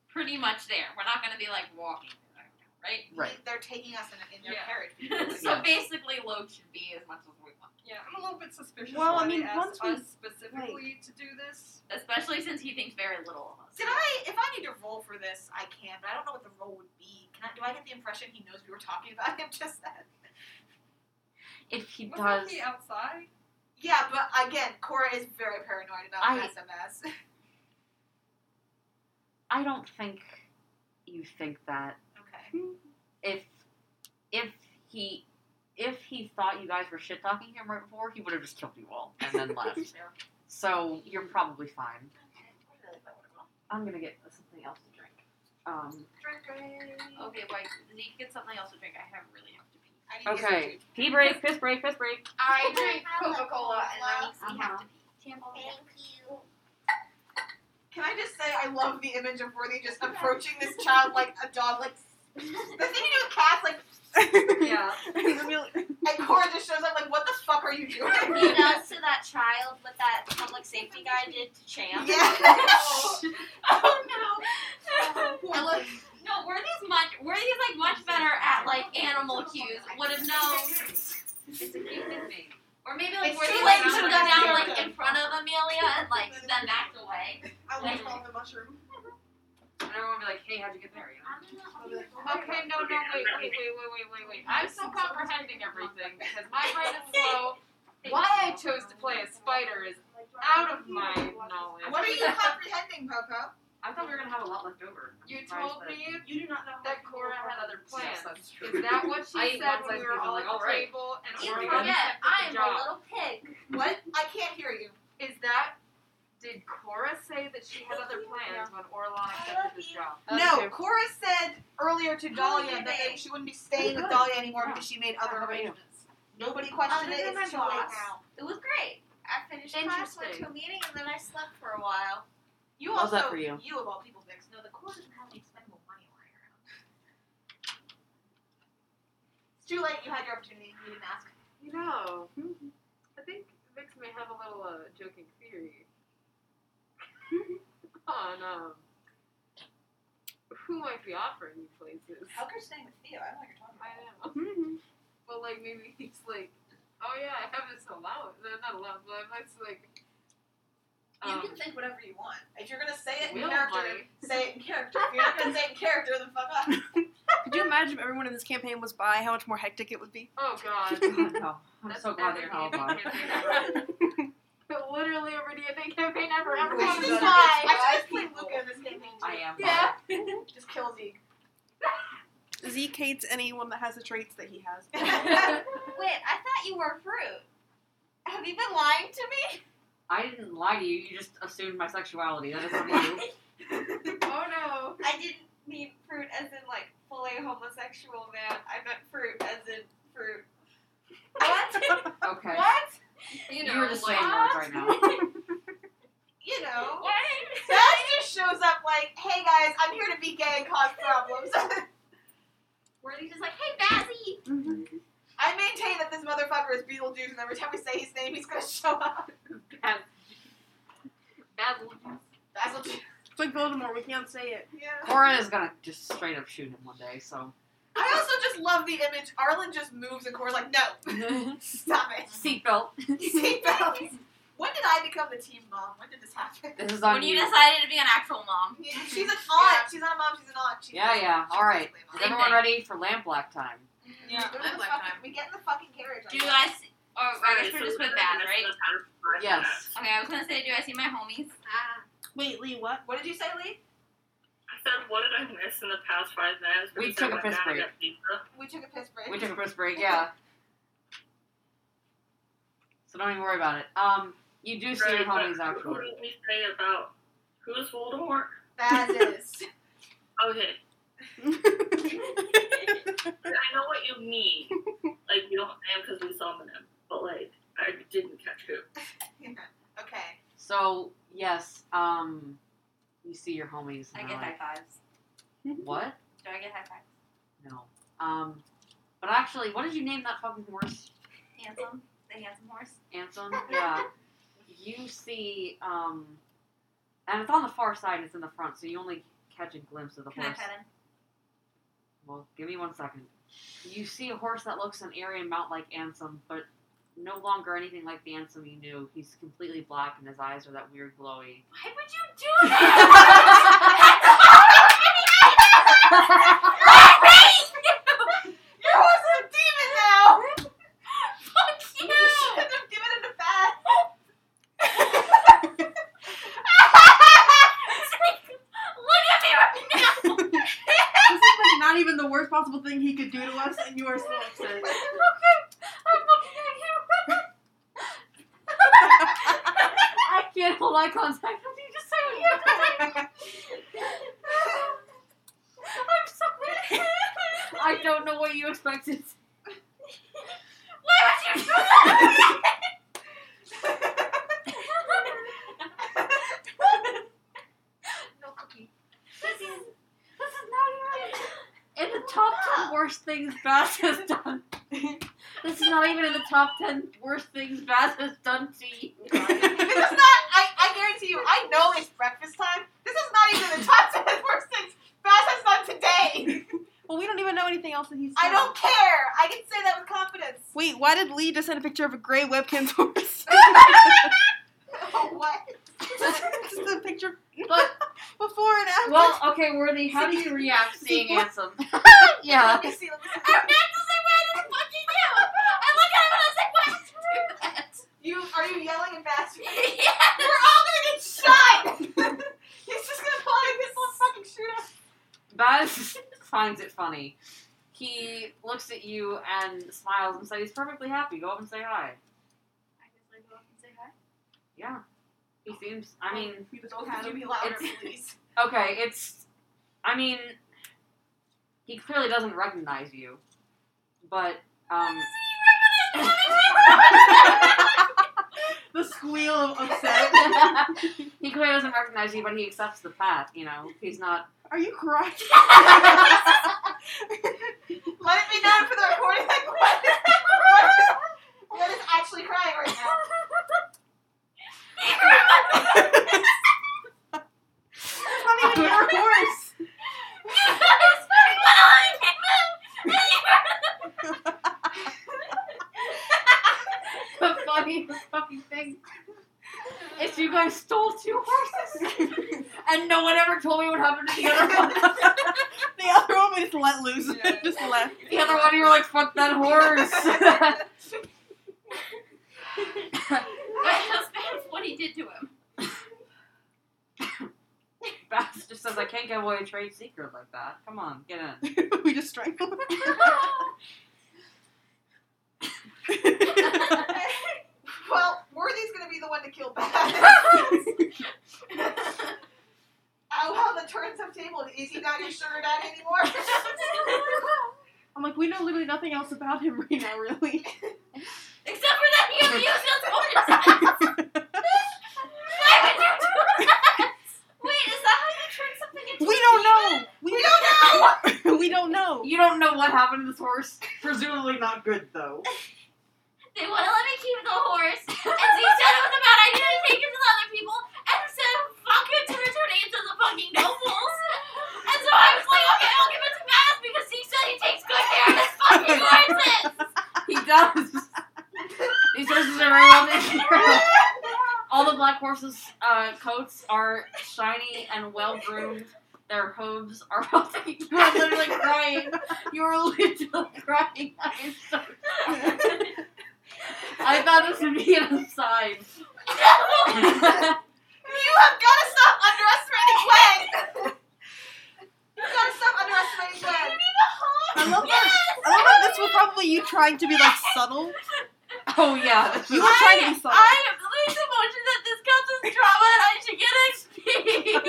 Speaker 6: pretty much there. We're not gonna be like walking there, right? <laughs>
Speaker 1: Right.
Speaker 3: They're taking us in, in their
Speaker 13: Yeah.
Speaker 3: carriage.
Speaker 6: so
Speaker 3: <laughs>
Speaker 1: Yeah.
Speaker 6: basically load should be as much as we want.
Speaker 13: Yeah, I'm a little bit suspicious.
Speaker 4: Well,
Speaker 13: why
Speaker 4: I mean,
Speaker 13: they asked
Speaker 4: once we-
Speaker 13: us specifically to do this.
Speaker 6: Especially since he thinks very little of us.
Speaker 3: Did I? If I need to roll for this, I can. But I don't know what the roll would be. Can I? Do I get the impression he knows we were talking about him <laughs> just then?
Speaker 1: If he
Speaker 13: Wasn't
Speaker 1: does,
Speaker 13: he outside?
Speaker 3: Yeah, but again, Cora is very paranoid about
Speaker 1: I-
Speaker 3: SMS.
Speaker 1: I don't think you think that. <laughs>
Speaker 3: okay.
Speaker 1: If if he if he thought you guys were shit talking him right before, he would have just killed you all and then
Speaker 6: <laughs>
Speaker 1: left. so you're probably fine. I'm gonna get something else to drink. Um,
Speaker 6: Okay, wait. Zeke, get something else to drink. I have really have to pee.
Speaker 3: I need to get
Speaker 1: okay. Pee break, piss break, piss break.
Speaker 6: I drink Coca Cola and that makes me
Speaker 3: Uh-huh.
Speaker 6: have to pee.
Speaker 3: Can I just say I love the image of Worthy just approaching this child like a dog, like the thing you do with cats, like,
Speaker 13: Yeah.
Speaker 12: <laughs>
Speaker 3: and Cora just shows up, like, what the fuck <laughs> are you doing?
Speaker 12: He does to that child what that public safety guy did to Champ.
Speaker 3: <laughs> Yeah. oh <laughs> no.
Speaker 6: I look, <laughs> no, were these much were these like much better at like animal cues? Would have known
Speaker 13: It's a human thing.
Speaker 6: Or maybe like
Speaker 3: It's
Speaker 6: were
Speaker 3: too
Speaker 6: you
Speaker 3: late
Speaker 6: like
Speaker 3: to
Speaker 6: should have
Speaker 3: run
Speaker 6: down
Speaker 3: the
Speaker 6: like in front of Amelia and like then backed away?
Speaker 3: <laughs>
Speaker 4: I
Speaker 6: will
Speaker 4: call the mushroom.
Speaker 6: And everyone would be like, hey, how'd you get there? You know?
Speaker 5: Okay, no, no, wait, wait, wait, wait, wait, wait, wait. I'm still comprehending everything because my brain is slow. Why I chose to play as spider is out of my knowledge.
Speaker 3: What are you comprehending, Popo?
Speaker 5: I thought we were gonna have a lot left over. You told me
Speaker 4: You do not know
Speaker 5: that Cora had other plans.
Speaker 1: that's
Speaker 5: Is that what
Speaker 6: <laughs> I
Speaker 5: she
Speaker 6: eat
Speaker 5: said when
Speaker 6: one slice
Speaker 5: we were
Speaker 6: pizza,
Speaker 5: all at
Speaker 6: like,
Speaker 5: the
Speaker 6: all right.
Speaker 5: table and
Speaker 12: You
Speaker 5: Oregon
Speaker 12: forget
Speaker 5: accepted
Speaker 12: I am a
Speaker 5: the job?
Speaker 12: little pig.
Speaker 3: What? I can't hear you.
Speaker 5: Is that did Cora say that she had other plans when Orlon accepted this job?
Speaker 3: No, Cora said earlier to Dahlia that she wouldn't be staying with Dahlia anymore because she
Speaker 4: Uh,
Speaker 3: made other arrangements. Nobody questioned
Speaker 12: Other
Speaker 3: it.
Speaker 12: than
Speaker 3: It's too
Speaker 12: my
Speaker 3: late
Speaker 12: boss.
Speaker 3: now.
Speaker 12: It was great. I finished class, went to a meeting, and then I slept for a while.
Speaker 3: You
Speaker 1: How's
Speaker 3: also,
Speaker 1: that for you?
Speaker 3: of all people, Vix, know that Cora doesn't have any expendable money lying around. It's too late. You had your opportunity. You didn't ask.
Speaker 5: You know, I think Vix may have a little uh, joking theory <laughs> on um, who might be offering you places.
Speaker 3: could staying with Theo? I don't know what you're talking
Speaker 5: I don't know. But like maybe he's like, oh yeah, I have this allowance. No, not allowance, but I'm just like. Um,
Speaker 3: think whatever you want. If you're gonna say
Speaker 5: Will money.
Speaker 3: say it in character. If you're not gonna say it in character, then
Speaker 1: <laughs>
Speaker 3: fuck up.
Speaker 4: Could you imagine if everyone in this campaign was by how much more hectic it would be?
Speaker 5: oh
Speaker 4: <laughs>
Speaker 5: god.
Speaker 1: God, no. I'm
Speaker 5: That's
Speaker 1: so glad
Speaker 5: never
Speaker 1: they're all
Speaker 5: gonna
Speaker 1: gone.
Speaker 5: be a campaign
Speaker 6: <laughs>
Speaker 5: ever. Literally a reunion campaign ever.
Speaker 3: We
Speaker 5: Everyone's
Speaker 3: should
Speaker 5: done it.
Speaker 3: try.
Speaker 5: I
Speaker 3: I
Speaker 5: just
Speaker 3: just play
Speaker 5: people.
Speaker 3: Luca in this campaign.
Speaker 1: I am.
Speaker 5: Yeah.
Speaker 3: <laughs> Just kill
Speaker 12: <laughs>
Speaker 3: Zeke.
Speaker 4: Zeke hates anyone that has the traits that he has.
Speaker 5: <laughs>
Speaker 12: Wait, I thought you were fruit. Have you been lying to me?
Speaker 1: I didn't lie to you. You just assumed my sexuality. That is on
Speaker 6: <laughs>
Speaker 1: you.
Speaker 5: Oh no.
Speaker 12: I didn't mean fruit as in like fully homosexual man. I meant fruit as in fruit. <laughs> What?
Speaker 1: Okay.
Speaker 12: what?
Speaker 1: You,
Speaker 6: You know,
Speaker 1: were just
Speaker 6: like,
Speaker 1: saying words right now.
Speaker 3: You know.
Speaker 12: What?
Speaker 3: Sass just shows up like, hey guys, I'm here to be gay and cause problems. <laughs>
Speaker 12: Were they just like, hey, Bazzy?
Speaker 3: I maintain that this motherfucker is Beetlejuice, and every time we say his name, he's gonna show up.
Speaker 5: Bad
Speaker 3: Basiljuice.
Speaker 4: <laughs> It's like Voldemort, we can't say it.
Speaker 3: Yeah.
Speaker 1: Cora is gonna just straight up shoot him one day.
Speaker 6: <laughs>
Speaker 1: So
Speaker 3: I also just love the image. Arlen just moves, and Cora's like, no, stop
Speaker 1: <laughs>
Speaker 3: it.
Speaker 1: seatbelt.
Speaker 3: Seatbelts. When did I become the team mom? When did this happen?
Speaker 1: This is on
Speaker 6: when you decided to be an actual mom.
Speaker 3: Yeah, She's an aunt.
Speaker 5: Yeah.
Speaker 3: She's not a mom. She's an aunt. She's
Speaker 1: Yeah, yeah.
Speaker 3: she's
Speaker 1: All right. Is
Speaker 3: basically
Speaker 6: Same
Speaker 3: a mom.
Speaker 1: everyone
Speaker 6: thing.
Speaker 1: ready for lamp black time?
Speaker 13: Yeah.
Speaker 3: We're in the fucking- We get in the fucking carriage.
Speaker 6: Do I see. Oh, I guess we're just with bad, right?
Speaker 1: Yes.
Speaker 6: Okay, I was gonna say, do I see my homies?
Speaker 4: Wait, Lee, what?
Speaker 3: What did you say, Lee?
Speaker 2: I said, what did I miss in the past five minutes?
Speaker 1: We
Speaker 2: Because
Speaker 1: took a
Speaker 2: I
Speaker 1: piss
Speaker 2: went down
Speaker 1: break.
Speaker 2: and got pizza.
Speaker 3: We took a piss break.
Speaker 1: We took a piss break. Yeah. So don't even worry about it. Um, You do see your
Speaker 2: but
Speaker 1: homies
Speaker 2: What
Speaker 1: actually.
Speaker 2: did we say about who's Voldemort?
Speaker 3: That
Speaker 1: <laughs>
Speaker 3: is.
Speaker 2: Okay, I know what you
Speaker 1: <laughs>
Speaker 2: mean. Like you don't name because we saw them, but like I didn't catch who.
Speaker 3: <laughs> okay.
Speaker 1: So yes, um, you see your homies.
Speaker 6: I
Speaker 1: and
Speaker 6: get
Speaker 1: they're
Speaker 6: high fives.
Speaker 1: like, What?
Speaker 6: Do I get high fives?
Speaker 1: No. Um, but actually, what did you name that fucking horse?
Speaker 6: Handsome, the handsome horse. <laughs>
Speaker 1: Anson? Yeah. You see, um, and it's on the far side. It's in the front, so you only catch a glimpse of the
Speaker 6: Can I
Speaker 1: horse.
Speaker 6: pet him?
Speaker 1: Well, give me one second. You see a horse that looks an Aryan mount like Ansem, but no longer anything like the Ansem you knew. He's completely black, and his eyes are that weird glowy.
Speaker 6: Why would you do <laughs> that?
Speaker 3: Your horse is a demon now!
Speaker 1: <laughs>
Speaker 6: <laughs> Fuck <laughs> you!
Speaker 3: You shouldn't have given him the bath.
Speaker 6: Look at me right now!
Speaker 4: This is like not even the worst possible thing he could do to us, and you are so upset.
Speaker 6: Okay, I'm looking at you.
Speaker 1: I can't hold eye contact with you. Just so weird.
Speaker 6: I'm sorry.
Speaker 1: I don't know what you expected.
Speaker 6: Why would you do that?
Speaker 3: No cookie.
Speaker 6: this is this is not even.
Speaker 1: In the top ten worst things Bass has done. this is not even in the top ten worst things Bass has done to
Speaker 6: <laughs>
Speaker 1: you. <laughs>
Speaker 3: This is not, I, I guarantee you, I know it's breakfast time. This is not even the top 10 worst things Bass has done today.
Speaker 4: <laughs> Well, we don't even know anything else that he's.
Speaker 3: I
Speaker 4: done.
Speaker 3: don't care. I can say that with confidence. <laughs>
Speaker 4: Wait, why did Lee just send a picture of a gray webcam to <laughs>
Speaker 5: <laughs>
Speaker 4: us?
Speaker 3: Oh, what?
Speaker 4: just a picture
Speaker 1: But
Speaker 4: <laughs> before and after.
Speaker 1: well, okay, Worthy. How do you react seeing
Speaker 5: <laughs>
Speaker 4: See, what-
Speaker 1: Ansem? yeah.
Speaker 3: Let me see. Let me see.
Speaker 6: I'm not the same way I did fucking you. I look at him and I was like, why would you do that?
Speaker 3: You, are you yelling at Bass?
Speaker 4: <laughs>
Speaker 6: yeah.
Speaker 3: We're all gonna get shot! <laughs> He's just gonna pull out a pistol and fucking shoot us.
Speaker 1: Baz <laughs> finds it funny. He looks at you and smiles and says he's perfectly happy. Go up and say hi.
Speaker 6: I just like go up and say hi.
Speaker 1: Yeah. He seems I mean
Speaker 4: we just
Speaker 3: Oh,
Speaker 4: had
Speaker 3: could you
Speaker 4: him.
Speaker 3: be louder,
Speaker 1: It's-
Speaker 4: <laughs>
Speaker 3: please?
Speaker 1: okay, it's I mean he clearly doesn't recognize you. But um <laughs>
Speaker 4: the squeal of upset.
Speaker 1: he clearly doesn't recognize you, but he accepts the path, you know. He's not
Speaker 4: <laughs> Are you crying?
Speaker 3: Let it be known for the recording. <laughs> Like, what is, what is, what is actually crying right now?
Speaker 4: It's not even your horse.
Speaker 1: the funniest fucking thing. Is you guys stole two <laughs> horses and no one ever told me what happened to the other one. <laughs>
Speaker 4: The other one we just let loose.
Speaker 14: Yeah.
Speaker 4: <laughs> just left.
Speaker 1: The other one, you were like, fuck that horse.
Speaker 6: what he did to him.
Speaker 1: Bass just says, I can't give away a trade secret like that. Come on, get in.
Speaker 4: <laughs> we just strangled.
Speaker 3: Well, Worthy's gonna be the one to kill Bass. Oh, how the turns have tabled. Is he not your sugar daddy anymore? <laughs>
Speaker 4: I'm like, we know literally nothing else about him right now, really. <laughs>
Speaker 6: Except for that he abused us horses. <laughs> Why would you do that? Wait, is that how you turn something into
Speaker 4: We don't know. We,
Speaker 3: don't
Speaker 4: know. <laughs> we don't know.
Speaker 1: You don't know what happened to this horse. Presumably not good, though.
Speaker 6: They want to let me keep the horse, and he said it was about I need to take it to the other people, and said fuck it to returning it to the fucking nobles. And so I was like, okay, I'll give it to Bass because he said he takes good care of his fucking horses.
Speaker 1: He does. These horses are very well taken care of. All the black horses' uh, coats are shiny and well groomed. Their hooves are <laughs> well taken You are literally crying. You are literally crying. <laughs> I am so sorry. I thought this would be an aside.
Speaker 3: You have gotta stop underestimating Gwen! <laughs> you gotta stop underestimating Gwen!
Speaker 4: I love that. I love that Oh this was probably you trying to be like subtle.
Speaker 1: Oh yeah.
Speaker 4: You were trying to be subtle.
Speaker 6: I these emotions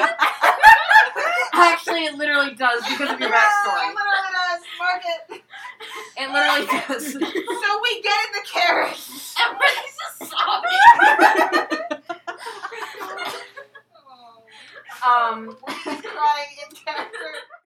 Speaker 6: <laughs>
Speaker 1: Actually, it literally does because of your backstory.
Speaker 3: literally does. Mark it.
Speaker 1: It literally does.
Speaker 3: So we get in the carriage.
Speaker 6: Everybody's just sobbing.
Speaker 5: Oh.
Speaker 1: Um, Um,
Speaker 6: <laughs>
Speaker 3: We're just crying in character.